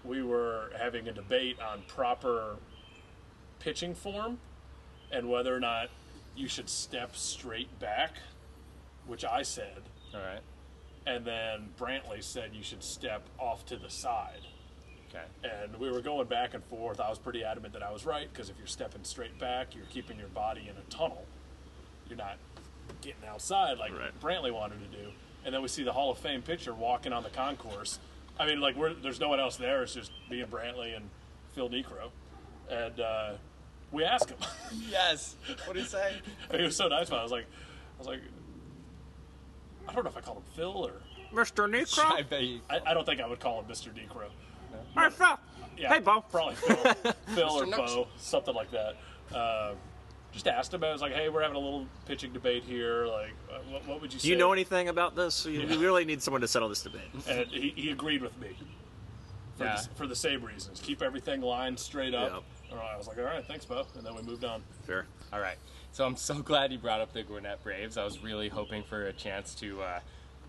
we were having a debate on proper pitching form and whether or not you should step straight back, which I said, All right. and then Brantley said you should step off to the side. Okay. And we were going back and forth. I was pretty adamant that I was right because if you're stepping straight back, you're keeping your body in a tunnel. You're not getting outside like Right. Brantley wanted to do. And then we see the Hall of Fame pitcher walking on the concourse. I mean, like, we're, there's no one else there. It's just me and Brantley and Phil Necro. And uh, we asked him. Yes. What do you say? I mean, he was so nice about it. I was like, I was like, I don't know if I called him Phil or. Mr. I Necro? bet you. I, I don't think I would call him Mr. Necro. Hey, Phil. Yeah, Hey, Bo. Probably Phil, Phil or Mr. Knox. Bo, something like that. Uh, just asked him. I was like, "Hey, we're having a little pitching debate here. Like, uh, what, what would you say?" Do you know anything about this? You- We really need someone to settle this debate. And he, he agreed with me for, Yeah. the, for the same reasons. Keep everything lined straight up. All right, I was like, "All right, thanks, Bo," and then we moved on. Fair. All right. So I'm so glad you brought up the Gwinnett Braves. I was really hoping for a chance to uh,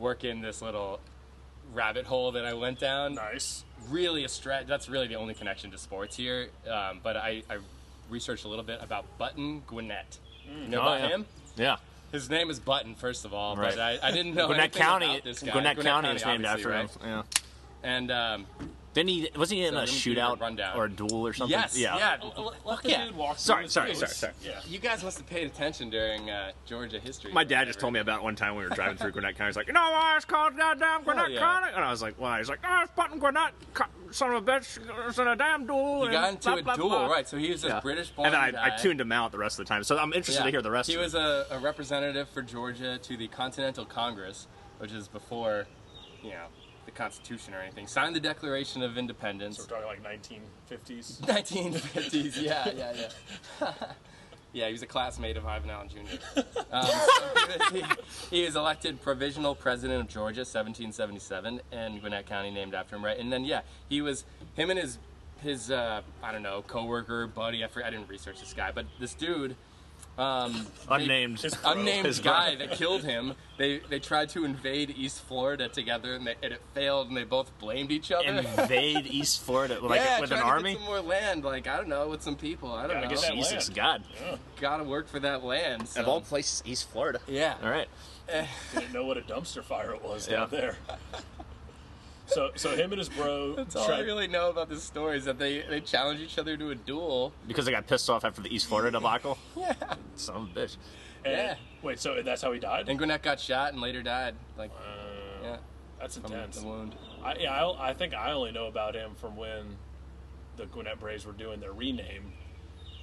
work in this little rabbit hole that I went down. Nice. Really a stretch. That's really the only connection to sports here. Um, but I, I researched a little bit about Button Gwinnett. You know Oh, about yeah. him? Yeah. His name is Button, first of all, Right. but I, I didn't know Gwinnett anything County, about this guy. Gwinnett County is named after obviously, him. Yeah. right? And um, Then he wasn't he in So a let me give you a shootout rundown. or a duel or something? yes, yeah, l- l- Let the yeah. dude walk. Sorry, through his sorry, roots. sorry, sorry. Yeah. You guys must have paid attention during uh, Georgia history. My dad just told me about one time we were driving through Gwinnett County. He's like, you know why it's called goddamn Gwinnett yeah. County? And I was like, why? He's like, oh, it's Button Gwinnett, co- son of a bitch. It's in a damn duel. He and got into blah, a blah, duel, blah." right? So he was this Yeah. British-born And then I, I guy. tuned him out the rest of the time. So I'm interested to hear the rest He of was it. a, a representative for Georgia to the Continental Congress, which is before, you know, the Constitution or anything. Signed the Declaration of So we're Independence, talking like 1950s. 1950s. Yeah, yeah, yeah. yeah, he was a classmate of Ivan Allen Jr. Um, he, he was elected provisional president of Georgia, 1777, and Gwinnett County named after him, right? And then yeah, he was him and his his uh, I don't know coworker buddy. I forget, I didn't research this guy, but this dude Unnamed. His- unnamed His guy brother. that killed him. They they tried to invade East Florida together, and, they, and it failed, and they both blamed each other. Invade East Florida like yeah, with trying an to get army. some more land, like I don't know, with some people. I don't Gotta know. get that- Jesus land. God. Gotta work for that land. So. Of all places, East Florida. yeah. All right. Didn't know what a dumpster fire it was Yeah. down there. So, so him and his bro That's all I tried- really know about this story is that they they challenge each other to a duel. Because I got pissed off after the East Florida debacle. Yeah. Son of a bitch. and- Yeah. Wait, so that's how he died? And Gwinnett got shot and later died. Like, yeah, That's from intense. the wound. I, yeah, I, I think I only know about him from when the Gwinnett Braves were doing their rename,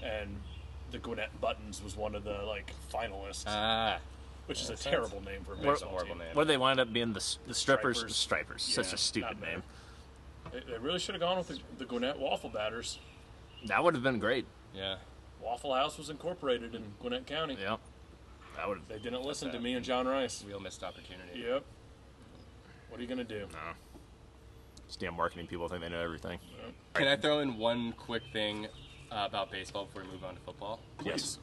and the Gwinnett Buttons was one of the like finalists, Ah, which is a makes terrible name for a that's a baseball horrible team. name. What do they wind up being? The, s- the strippers? The Stripers. stripers. Such Yeah, a stupid not bad. name. They, they really should have gone with the, the Gwinnett Waffle Batters. That would have been great. Yeah. Waffle House was incorporated in Gwinnett County. Yeah. That would have. They didn't listen to me and John Rice. Real missed opportunity. Yep. What are you gonna do? uh, These damn marketing people think they know everything. Can I throw in one quick thing uh, about baseball before we move on to football? Yes.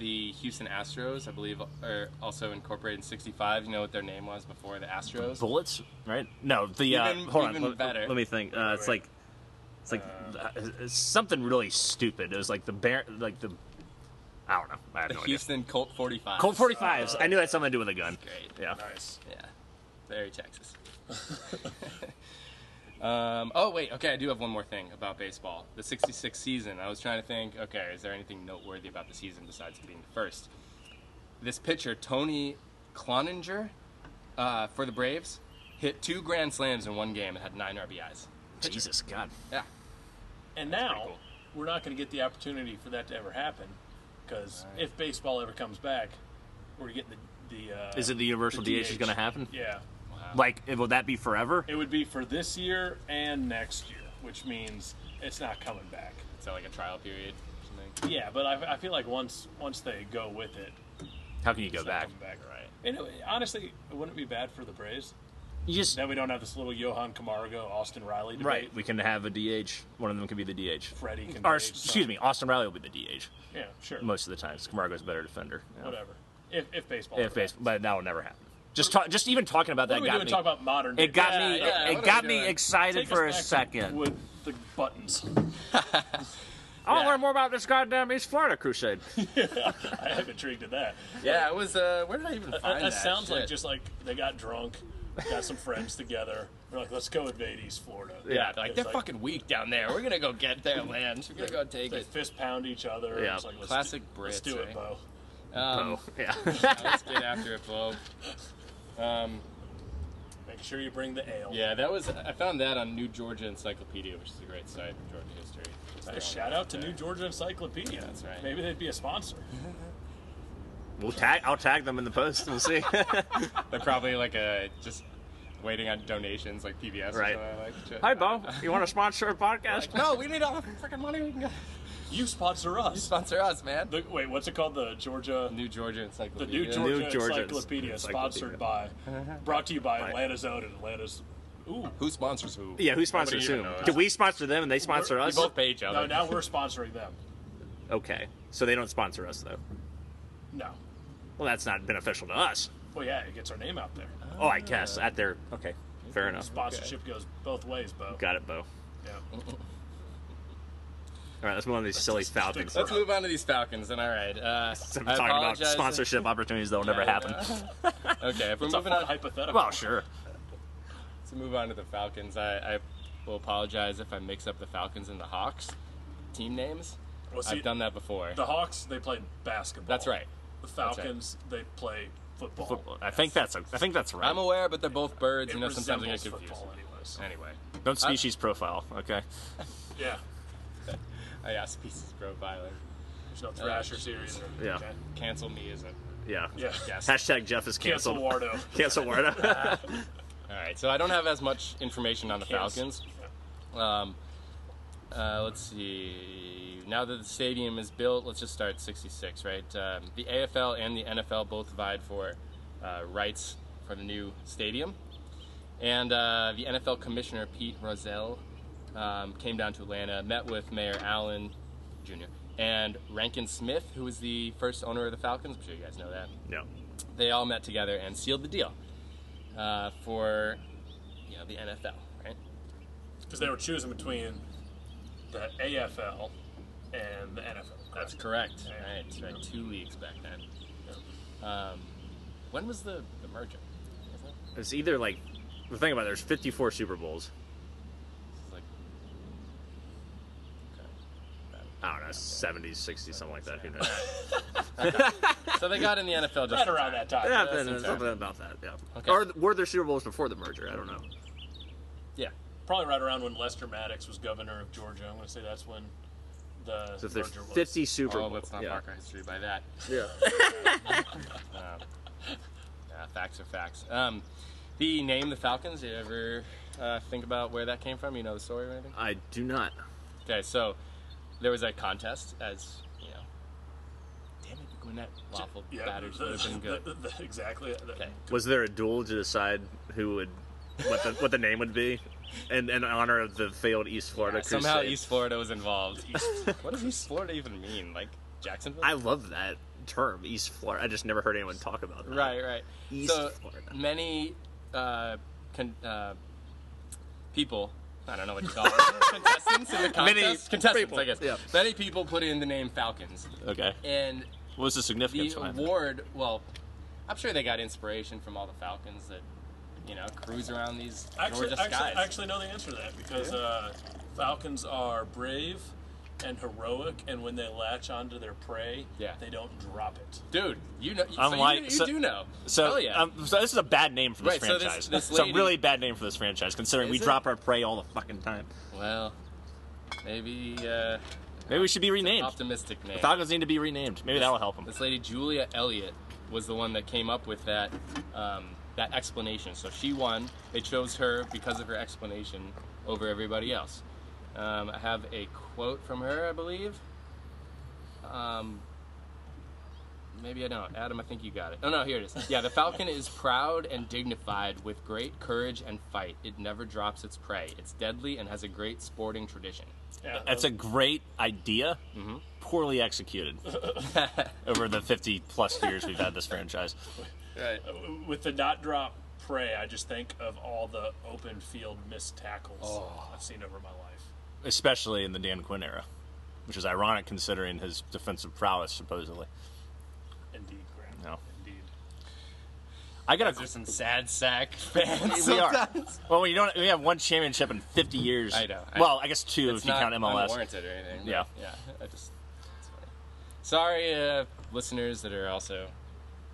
The Houston Astros, I believe, are also incorporated in '65. You know what their name was before the Astros? Bullets, right? No, the uh, Even- hold on. even Let, better. let me think. Uh, it's like it's like uh, it's something really stupid. It was like the bear, like the I don't know. I have the no idea. Houston Colt 45. Colt Uh, 45s. I knew that's something to do with a gun. Great. Yeah. Nice. Yeah. Very Texas. um, oh, wait. Okay, I do have one more thing about baseball. The 66 season. I was trying to think, okay, is there anything noteworthy about the season besides it being the first? This pitcher, Tony Cloninger, uh, for the Braves, hit two grand slams in one game and had nine RBIs. Jesus God. Yeah. And now pretty we're not going to get the opportunity for that to ever happen, because if baseball ever comes back, we're getting the. the uh, Is it the universal the DH, is going to happen? Yeah, Like, it- will that be forever? it would be for this year and next year, which means it's not coming back. Is that like a trial period or something? Yeah, but I, I feel like once once they go with it, How can you go it's not back? coming back right. And it, honestly, it wouldn't be bad for the Braves You just that we don't have this little Johan Camargo, Austin Riley debate. right. We can have a DH. One of them can be the DH. Freddie can. Or DH, so- excuse me, Austin Riley will be the DH Yeah, sure. most of the times. Camargo's a better defender. Yeah. Whatever. If if baseball. If ever base, happens. but that will never happen. Just talk, just even talking about What that are we got doing? me. Talk about modern. It baseball. got Yeah, me. yeah, it what are got we me doing? excited Take us for a back second. With the buttons. I want Yeah. to learn more about this goddamn East Florida crusade. I am intrigued at that. Yeah, it was. Uh, where did I even That, find that? that sounds like Shit. just like they got drunk, got some friends together. They're like, let's go invade East Florida. Yeah, they're like, It's they're fucking weak down there. We're going to go get their land. We're going to go take They it. fist pound each other. Yeah. It's like, let's Classic do, Let's Brits, do it, eh? Bo. Um, oh, yeah. Let's get after it, Bo. Make sure you bring the ale. Yeah, that was. I found that on New Georgia Encyclopedia, which is a great site for Georgia history. Hey, Just throwing shout that out to there. New Georgia Encyclopedia. That's right. Maybe they'd be a sponsor. we'll tag. I'll tag them in the post. We'll see. They're probably like a just waiting on donations, like PBS. Or Right. something like shit. Hi, Bo. You want to sponsor a podcast? Like, no, we need all the freaking money we can get. You sponsor us. Sponsor us, man. The, wait, what's it called? The Georgia. New Georgia The Encyclopedia. New Georgia, Georgia Encyclopedia, Encyclopedia. sponsored by, brought to you by Atlanta's Own and Atlanta's. Ooh, Who sponsors who? Yeah, who sponsors Nobody whom? even knows. Do we sponsor them and they sponsor We us? both pay each other. no, now we're sponsoring them. Okay, so they don't sponsor us though. No, Well, that's not beneficial to us. well, yeah, it gets our name out there. Oh, I guess at their okay, fair enough. Sponsorship goes both ways, Bo. Got it, Bo. All Yeah. right, let's move on to these silly Falcons. Let's move on to these Falcons. And all right, uh, I'm talking I about apologize. sponsorship opportunities that'll never Yeah, happen. yeah. okay, if we're It's a moving fun on, hypothetical. Well, sure. To move on to the Falcons, I, I will apologize if I mix up the Falcons and the Hawks team names. Well, see, I've done that before. The Hawks, they play basketball. That's right. The right. Falcons, they play football. Football. I think that's I think that's right. I'm aware, but they're both birds. It you know, sometimes I get resembles confused. football, anyways. Anyway, Don't species profile. Okay. Yeah. I yeah, species profiling. There's no Thrasher series. Or, Yeah. Okay. Cancel me is a Yeah. Yeah. guess. Hashtag Jeff is Cancel canceled. Wardo. Cancel Warda. All right, so I don't have as much information on the Cancel. Falcons. Um, uh, let's see. Now that the stadium is built, let's just start 66, right? Um, the AFL and the NFL both vied for uh, rights for the new stadium. And uh, the NFL commissioner, Pete Rozelle, um, came down to Atlanta, met with Mayor Allen Jr. and Rankin Smith, who was the first owner of the Falcons. I'm sure you guys know that. Yeah. They all met together and sealed the deal uh, for you know the NFL, right? Because they were choosing between the AFL and the NFL. That's correct. Right, it's about two leagues back then. Um, when was the, the merger? Isn't it? It's either like the thing about it, there's 54 Super Bowls. It's like, okay. I don't know, 70s, 60s, something like that. Who knows? So they got in the NFL just Right around that time. Uh, yeah, that's then, insane. something about that. Yeah. Okay. Or were there Super Bowls before the merger? I don't know. Yeah. Probably right around when Lester Maddox was governor of Georgia. I'm going to say that's when the So if there's merger was. 50 Super Oh, Bowls, let's not yeah. mark our history by that. yeah. Uh, facts are facts. Um, the name the Falcons. You ever uh, think about where that came from? You know the story or anything? I do not. Okay, so there was a contest as you know. Damn it, the Gwinnett waffle yeah, batters the- would have been good. the- the- exactly. The- Okay. Was there a duel to decide who would, what the what the name would be, and in honor of the failed East Florida Yeah, somehow Crusade? East Florida was involved. what does East Florida even mean? Like Jacksonville? I love that term, East Florida. I just never heard anyone talk about that. right, right. East so Florida. many uh, con- uh, people. I don't know what you call it. contestants in the contest. Many contestants, people, I guess. yeah. Many people put in the name Falcons, Okay. and What was the the significance behind that? award. Well, I'm sure they got inspiration from all the Falcons that you know cruise around these Actually, Georgia actually, skies. I actually know the answer to that because uh, Falcons are brave and heroic, and when they latch onto their prey, Yeah. they don't drop it. Dude, you know, so Unlike- you, you so- do know. So, Hell Oh, yeah. um, so this is a bad name for this Right, so this- franchise. this it's a lady- really bad name for this franchise, considering we Is it? drop our prey all the fucking time. well, maybe uh, Maybe we should be renamed. optimistic name. Falcons need to be renamed. Maybe that'll help them. This lady Julia Elliott was the one that came up with that um, that explanation. So she won. They chose her because of her explanation over everybody else. Um, I have a quote from her, I believe. Um, maybe I don't. Adam, I think you got it. Oh no, here it is. Yeah, the falcon is proud and dignified with great courage and fight. It never drops its prey. It's deadly and has a great sporting tradition. Yeah, That's a great idea, Mm-hmm. poorly executed over the 50 plus years we've had this franchise. Right. with the not drop prey. I just think of all the open field missed tackles I've seen over my life. especially in the Dan Quinn era, which is ironic considering his defensive prowess, supposedly. Indeed, Graham. No. Indeed. I got There's a. some sad sack fans. We are. sometimes. Well, we don't. We have one championship in 50 years. I know. I- well, I guess two if you not count MLS. unwarranted or anything. but Yeah. yeah. I just. It's funny. Sorry, uh, listeners that are also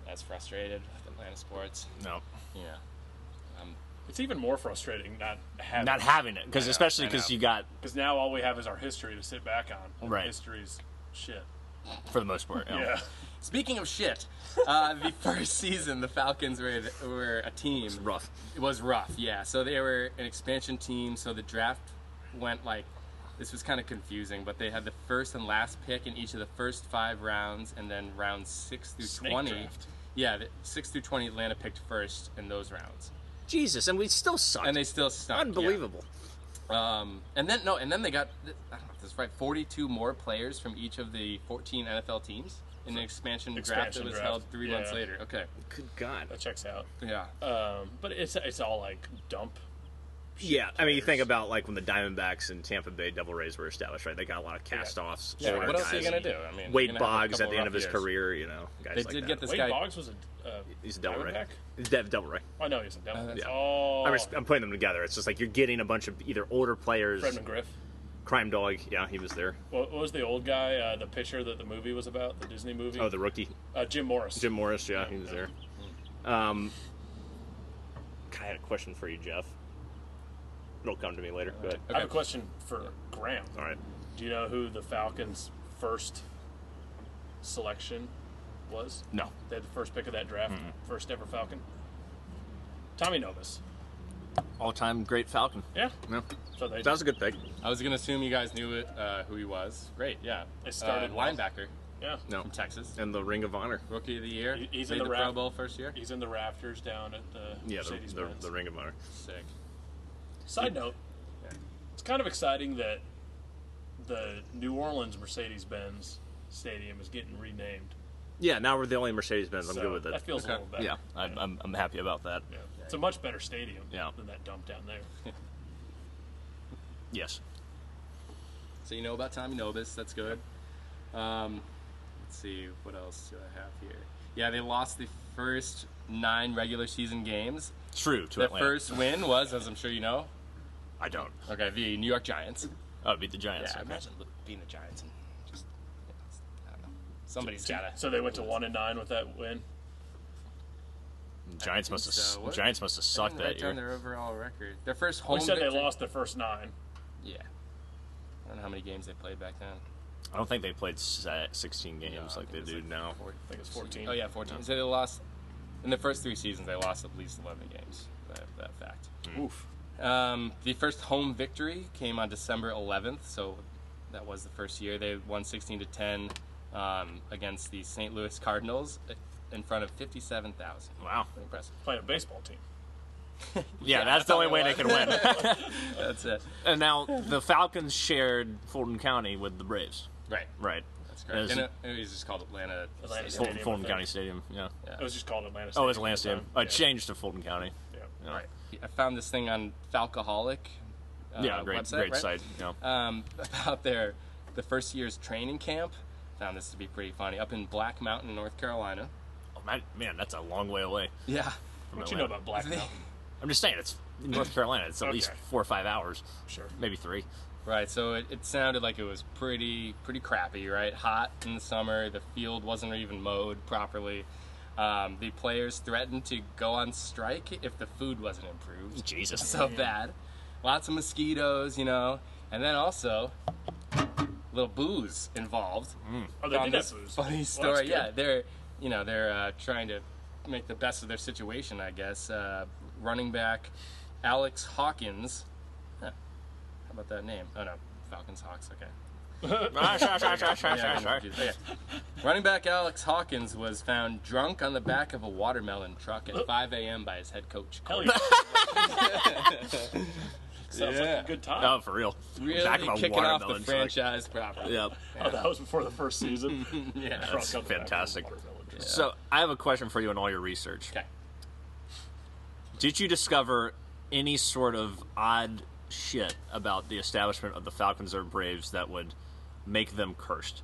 as frustrated with Atlanta sports. No, You know, um, It's even more frustrating not having not having it because know, especially I because know. you got because now all we have is our history to sit back on. Right. History's shit. for the most Oh. part. you know. Yeah. speaking of shit, uh, the first season the Falcons were were a team. Rough. It was rough, yeah. So they were an expansion team, so the draft went like this was kind of confusing, but they had the first and last pick in each of the first five rounds, and then rounds six through Snake twenty. draft. Yeah, the, six through twenty, Atlanta picked first in those rounds, Jesus, and we still suck. and they still stunk. yeah. Unbelievable. Um, and then no, and then they got I don't know if this is right, forty-two more players from each of the fourteen NFL teams in an expansion, draft Expansion that was draft. held three months Yeah. later. Okay, Good God. That checks out. yeah, Um, but it's it's all like dump. Yeah, I mean, you think about like when the Diamondbacks and Tampa Bay Devil Rays were established, right? They got a lot of cast-offs. Yeah, older what else are you guys. gonna do? I mean, you're Wade gonna have a Boggs at couple the end of rough his years. career, you know, guys They like did that. get this Wade guy. Boggs was a. Uh, He's a Devil Ray. Diamondback? He's De- Devil Ray. Oh no, he's a Devil. Uh, that's- Oh, I'm, just, I'm putting them together. It's just like you're getting a bunch of either older players, Fred McGriff. Crime Dog. Yeah, he was there. What, what was the old guy? Uh, the pitcher that the movie was about, the Disney movie. Oh, the rookie, uh, Jim Morris. Jim Morris. Yeah, he was there. Um, I had a question for you, Jeff. It'll come to me later. Go ahead. I have a question for Graham. All right. Do you know who the Falcons' first selection was? No, They had the first pick of that draft, first ever Falcon. Tommy Novus. all-time great Falcon. Yeah. No, So they, that was a good pick. I was gonna assume you guys knew it, uh, who he was. Great, yeah. It started uh, well. linebacker yeah. No, from Texas, and the Ring of Honor. rookie of the year. He- he's in played the the rap- Pro Bowl first year. He's in the rafters down at the Yeah, the, the, Mercedes-Benz. the Ring of Honor. Sick. Side note, it's kind of exciting that the New Orleans Mercedes Benz Stadium is getting renamed. Yeah, now we're the only Mercedes Benz. I'm so good with it. That feels Okay. a little better. yeah, I'm, I'm, I'm happy about that. Yeah. It's a much better stadium Yeah. than that dump down there. Yes. So you know about Tommy Nobis. That's good. Um, let's see what else do I have here. Yeah, they lost the first nine regular season games. True to Their Atlanta. first win was, as I'm sure you know, I don't. okay, the New York Giants. Oh, beat the Giants. Yeah, I imagine li- being the Giants and just I don't know. Somebody's gotta. So they went to one and nine with that win. Giants must have. so. What- Giants must have sucked They didn't that write down year. their overall record. Their first home. We said they victory- lost their first nine. Yeah. I don't know how many games they played back then. I don't think they played se- 16 games No, I like think they it's do like now. Four- I think it's 14. Oh yeah, fourteen. So they lost in the first three seasons. They lost at least eleven games. That, that fact. Hmm. Oof. Um, the first home victory came on December 11th, so that was the first year they won 16 to 10 um, against the St. Louis Cardinals uh, in front of 57,000. Wow. Pretty Impressive. Playing a baseball team. Yeah, that's the only way they could win. That's it. and now the Falcons shared Fulton County with the Braves. Right. Right. That's It correct. was And it, it was just called Atlanta. Fulton, Atlanta Stadium. Stadium, Fulton I think. County Stadium. Yeah. It was just called Atlanta Stadium. Oh, it's Atlanta at the Stadium. time. I Yeah. changed to Fulton County. Yeah. Yeah. Right. I found this thing on Falcoholic. Uh, Yeah, great, website, great right? site. Yeah. um, about their the first year's training camp. Found this to be pretty funny up in Black Mountain, North Carolina. Oh, man, man, that's a long way away. Yeah, from What you know Atlanta. about Black They- Mountain? I'm just saying, it's in North Carolina. It's at Okay. least four or five hours, Sure. maybe three. right. So it, it sounded like it was pretty pretty crappy, right? Hot in the summer, the field wasn't even mowed properly. Um, the players threatened to go on strike if the food wasn't improved. Jesus. so bad. Lots of mosquitoes, you know, and then also little booze involved. Oh, they Found did this have booze. Well, funny that's story. good. yeah, they're you know they're uh, trying to make the best of their situation, I guess. Uh, running back Alex Hawkins. Huh. How about that name? Oh no, Falcons Hawks. Okay. Ah, sure, sure, sure, sure, sure, Yeah, I got sure. confused. Okay. Running back Alex Hawkins was found drunk on the back of a watermelon truck at 5 a.m. by his head coach. Hell Corey yeah. Sounds like Yeah. a good time. Oh, for real. really Back of a kicking off the watermelon truck. franchise properly. Yep. Oh, that was before the first season. Yeah. That's Truck up the back of a fantastic. watermelon truck. So I have a question for you on all your research. Okay. Did you discover any sort of odd shit about the establishment of the Falcons or Braves that would make them cursed?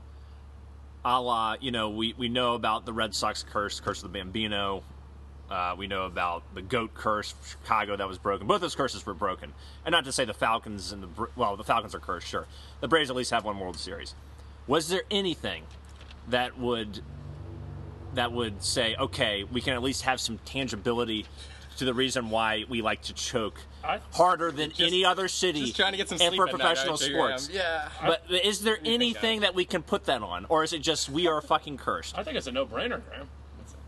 A la, you know, we, we know about the Red Sox curse, curse of the Bambino. Uh, we know about the goat curse, for Chicago that was broken. Both those curses were broken, and not to say the Falcons and the Bra- well, the Falcons are cursed, sure. The Braves at least have one World Series. Was there anything that would that would say, okay, we can at least have some tangibility to the reason why we like to choke I- harder than any other city Just trying to get some and sleep for at night, professional I figure, sports. um, Yeah. But is there anything I- that we can put that on, or is it just we are fucking cursed? I think it's a no-brainer, Graham.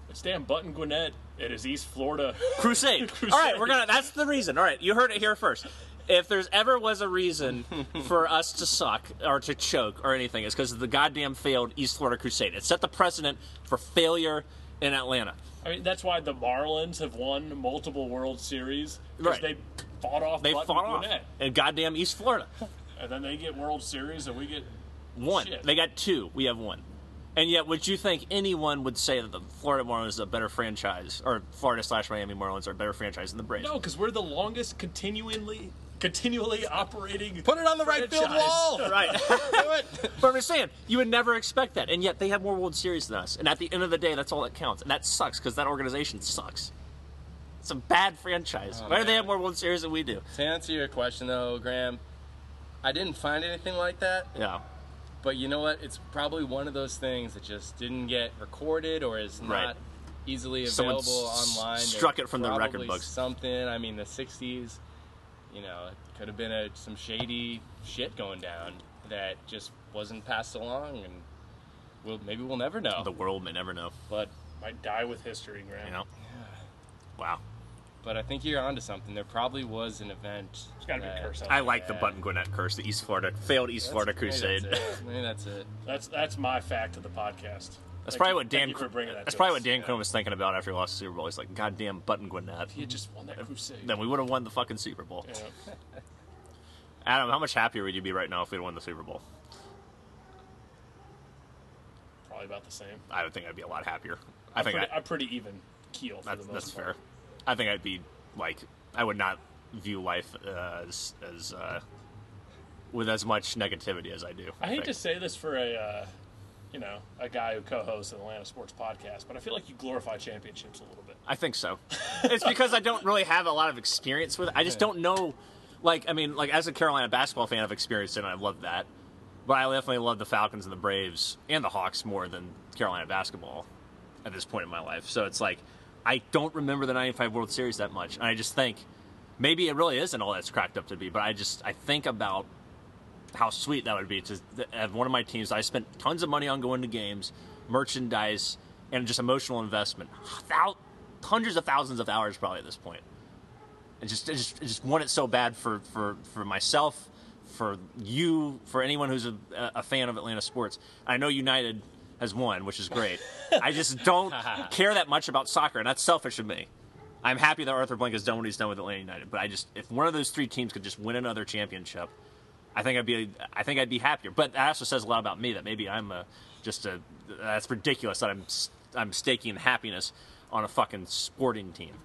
It's Dan Button Gwinnett. It is East Florida. Crusade. Crusade. All right, we're gonna. That's the reason. All right, you heard it here first. If there's ever was a reason for us to suck or to choke or anything, it's because of the goddamn failed East Florida Crusade. It set the precedent for failure in Atlanta. I mean, that's why the Marlins have won multiple World Series because Right. they fought off They Button fought off Gwinnett, in goddamn East Florida. and then they get World Series, and we get One. Shit. They got two. We have one. And yet, would you think anyone would say that the Florida Marlins is a better franchise, or Florida slash Miami Marlins are a better franchise than the Braves? no, because we're the longest continually continually operating. Put it on the right field franchise. wall. Right. Do it. But I'm just saying, you would never expect that, and yet they have more World Series than us. And at the end of the day, that's all that counts, and that sucks because that organization sucks. It's a bad franchise. Why do they man. have more World Series than we do? To answer your question though, Graham, I didn't find anything like that. Yeah, But you know what? It's probably one of those things that just didn't get recorded or is not Right. easily Someone available s- online. There's struck it from the record probably books. Something. I mean, the '60s. You know, it could have been a, some shady shit going down that just wasn't passed along, and we'll maybe we'll never know. the world may never know. but Might die with history, Graham. You know? Wow. but I think you're onto something. There probably was an event. It's got to be a that- curse. out I there. like the Yeah. Button Gwinnett curse, the East Florida failed East That's- Florida maybe that's Crusade. it. Maybe that's it. That's that's my fact of the podcast. That's probably Thank you- what thank Dan. you for bringing that That's to probably us. what Dan Kuhn was thinking about after he lost the Super Bowl. He's like, "Goddamn, Button Gwinnett." He had just won that crusade. Then we would have won the fucking Super Bowl. Yeah. Adam, how much happier would you be right now if we had won the Super Bowl? probably about the same. I would think I'd be a lot happier. I think Pretty, I, a pretty even keel for that's, the that's most fair. part. I think I'd be like I would not view life uh, as as uh, with as much negativity as I do. I hate think. to say this for a, uh, you know, a guy who co-hosts an Atlanta sports podcast, but I feel like you glorify championships a little bit. I think so. it's because I don't really have a lot of experience with it. I just don't know. Like, I mean, like as a Carolina basketball fan, I've experienced it, and I love that. But I definitely love the Falcons and the Braves and the Hawks more than Carolina basketball at this point in my life. So it's like I don't remember the '95 World Series that much, and I just think maybe it really isn't all that's cracked up to be. But I just I think about how sweet that would be to have one of my teams. I spent tons of money on going to games, merchandise, and just emotional investment. Thou- hundreds of thousands of hours probably at this point. I just, I just, I just want it so bad for, for, for myself, for you, for anyone who's a, a fan of Atlanta sports. I know United has won, which is great. I just don't care that much about soccer, and that's selfish of me. I'm happy that Arthur Blank has done what he's done with Atlanta United, but I just if one of those three teams could just win another championship, I think I'd be I think I'd be happier. But that also says a lot about me that maybe I'm a just a that's ridiculous that I'm s- I'm staking happiness on a fucking sporting team.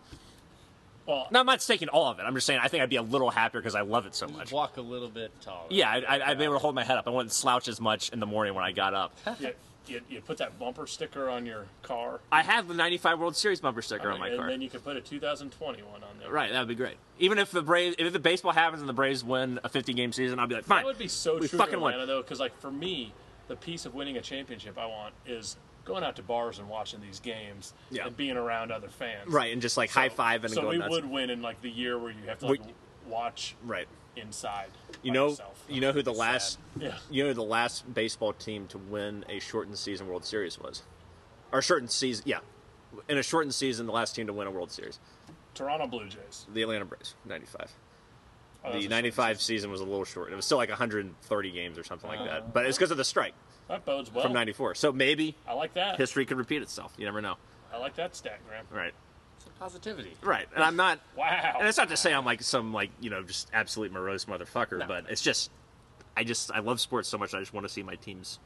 Well, No, I'm not staking all of it. I'm just saying I think I'd be a little happier because I love it so much. Walk a little bit taller. Yeah, I, I, I'd be able to hold my head up. I wouldn't slouch as much in the morning when I got up. you, you, you put that bumper sticker on your car, I have the '95 World Series bumper sticker on my and car. then you could put a 2021 on there. Right, that would be great. Even if the Braves, if the baseball happens and the Braves win a 50 game season, I'll be like, fine. That would be so we true fucking in won. Atlanta, though, because like for me, the piece of winning a championship I want is going out to bars and watching these games Yeah. and being around other fans. Right, and just like high five and so going we nuts. would win in like the year where you have to We- like, watch Right. inside. You by know, yourself. you know who the last, Yeah. you know who the last baseball team to win a shortened season World Series was, or shortened season, yeah, in a shortened season, the last team to win a World Series, Toronto Blue Jays. the Atlanta Braves, '95. Oh, that's The a- '95 season was a little short. It was still like 130 games or something Oh. like that, but it's because of the strike That bodes well. from '94. So maybe I like that. history could repeat itself. You never know. I like that stat, Graham. Right. Positivity. Right. And I'm not. Wow. And it's not to say I'm like some like you know just absolute morose motherfucker, but it's just I just I love sports so much. I just want to see my teams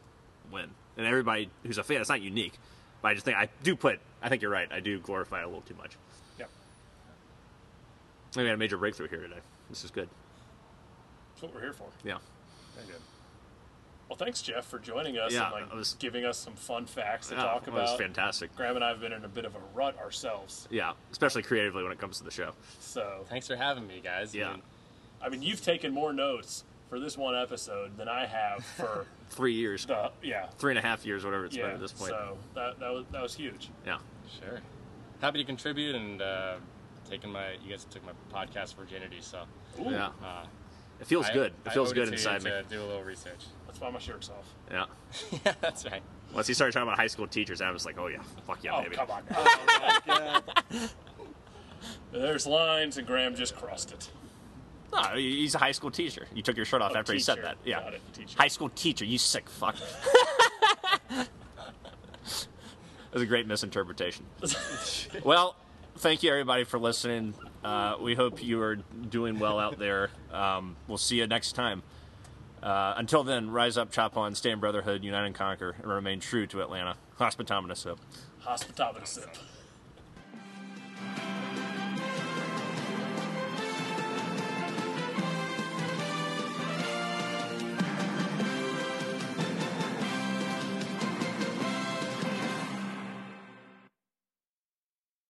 win, and everybody who's a fan. It's not unique, but I just think I do put. I think you're right. I do glorify it a little too much. Yep. We had a major breakthrough here today. This is good. That's what we're here for. Yeah. Very good. Well, thanks, Jeff, for joining us Yeah, and like that was- giving us some fun facts to Yeah, talk that was about. fantastic. Graham and I have been in a bit of a rut ourselves, Yeah, especially creatively when it comes to the show. so Thanks for having me, guys. I Yeah. mean, I mean, you've taken more notes for this one episode than I have for Three years, the yeah. three and a half years, whatever it's Yeah, been at this point. so that, that was that was huge. Yeah. sure. Happy to contribute and uh, taking my. You guys took my podcast virginity, so Ooh, Yeah. uh, It feels I- good. It I feels owed good to you inside me. To do a little research. let's buy my shirts off. Yeah. yeah, that's right. Once he started talking about high school teachers, I was like, oh yeah, fuck yeah, Oh baby. come on! now. There's lines, and Graham just crossed it. No, he- he's a high school teacher. You took your shirt off Oh, after he said teacher. that. Yeah. Got it, teacher. High school teacher, you sick fuck. that was a great misinterpretation. well, thank you everybody for listening. Uh, we hope you are doing well out there. Um, we'll see you next time. Uh, until then, rise up, chop on, stay in brotherhood, unite and conquer, and remain true to Atlanta. Hospitominous hope. Hospitable sip.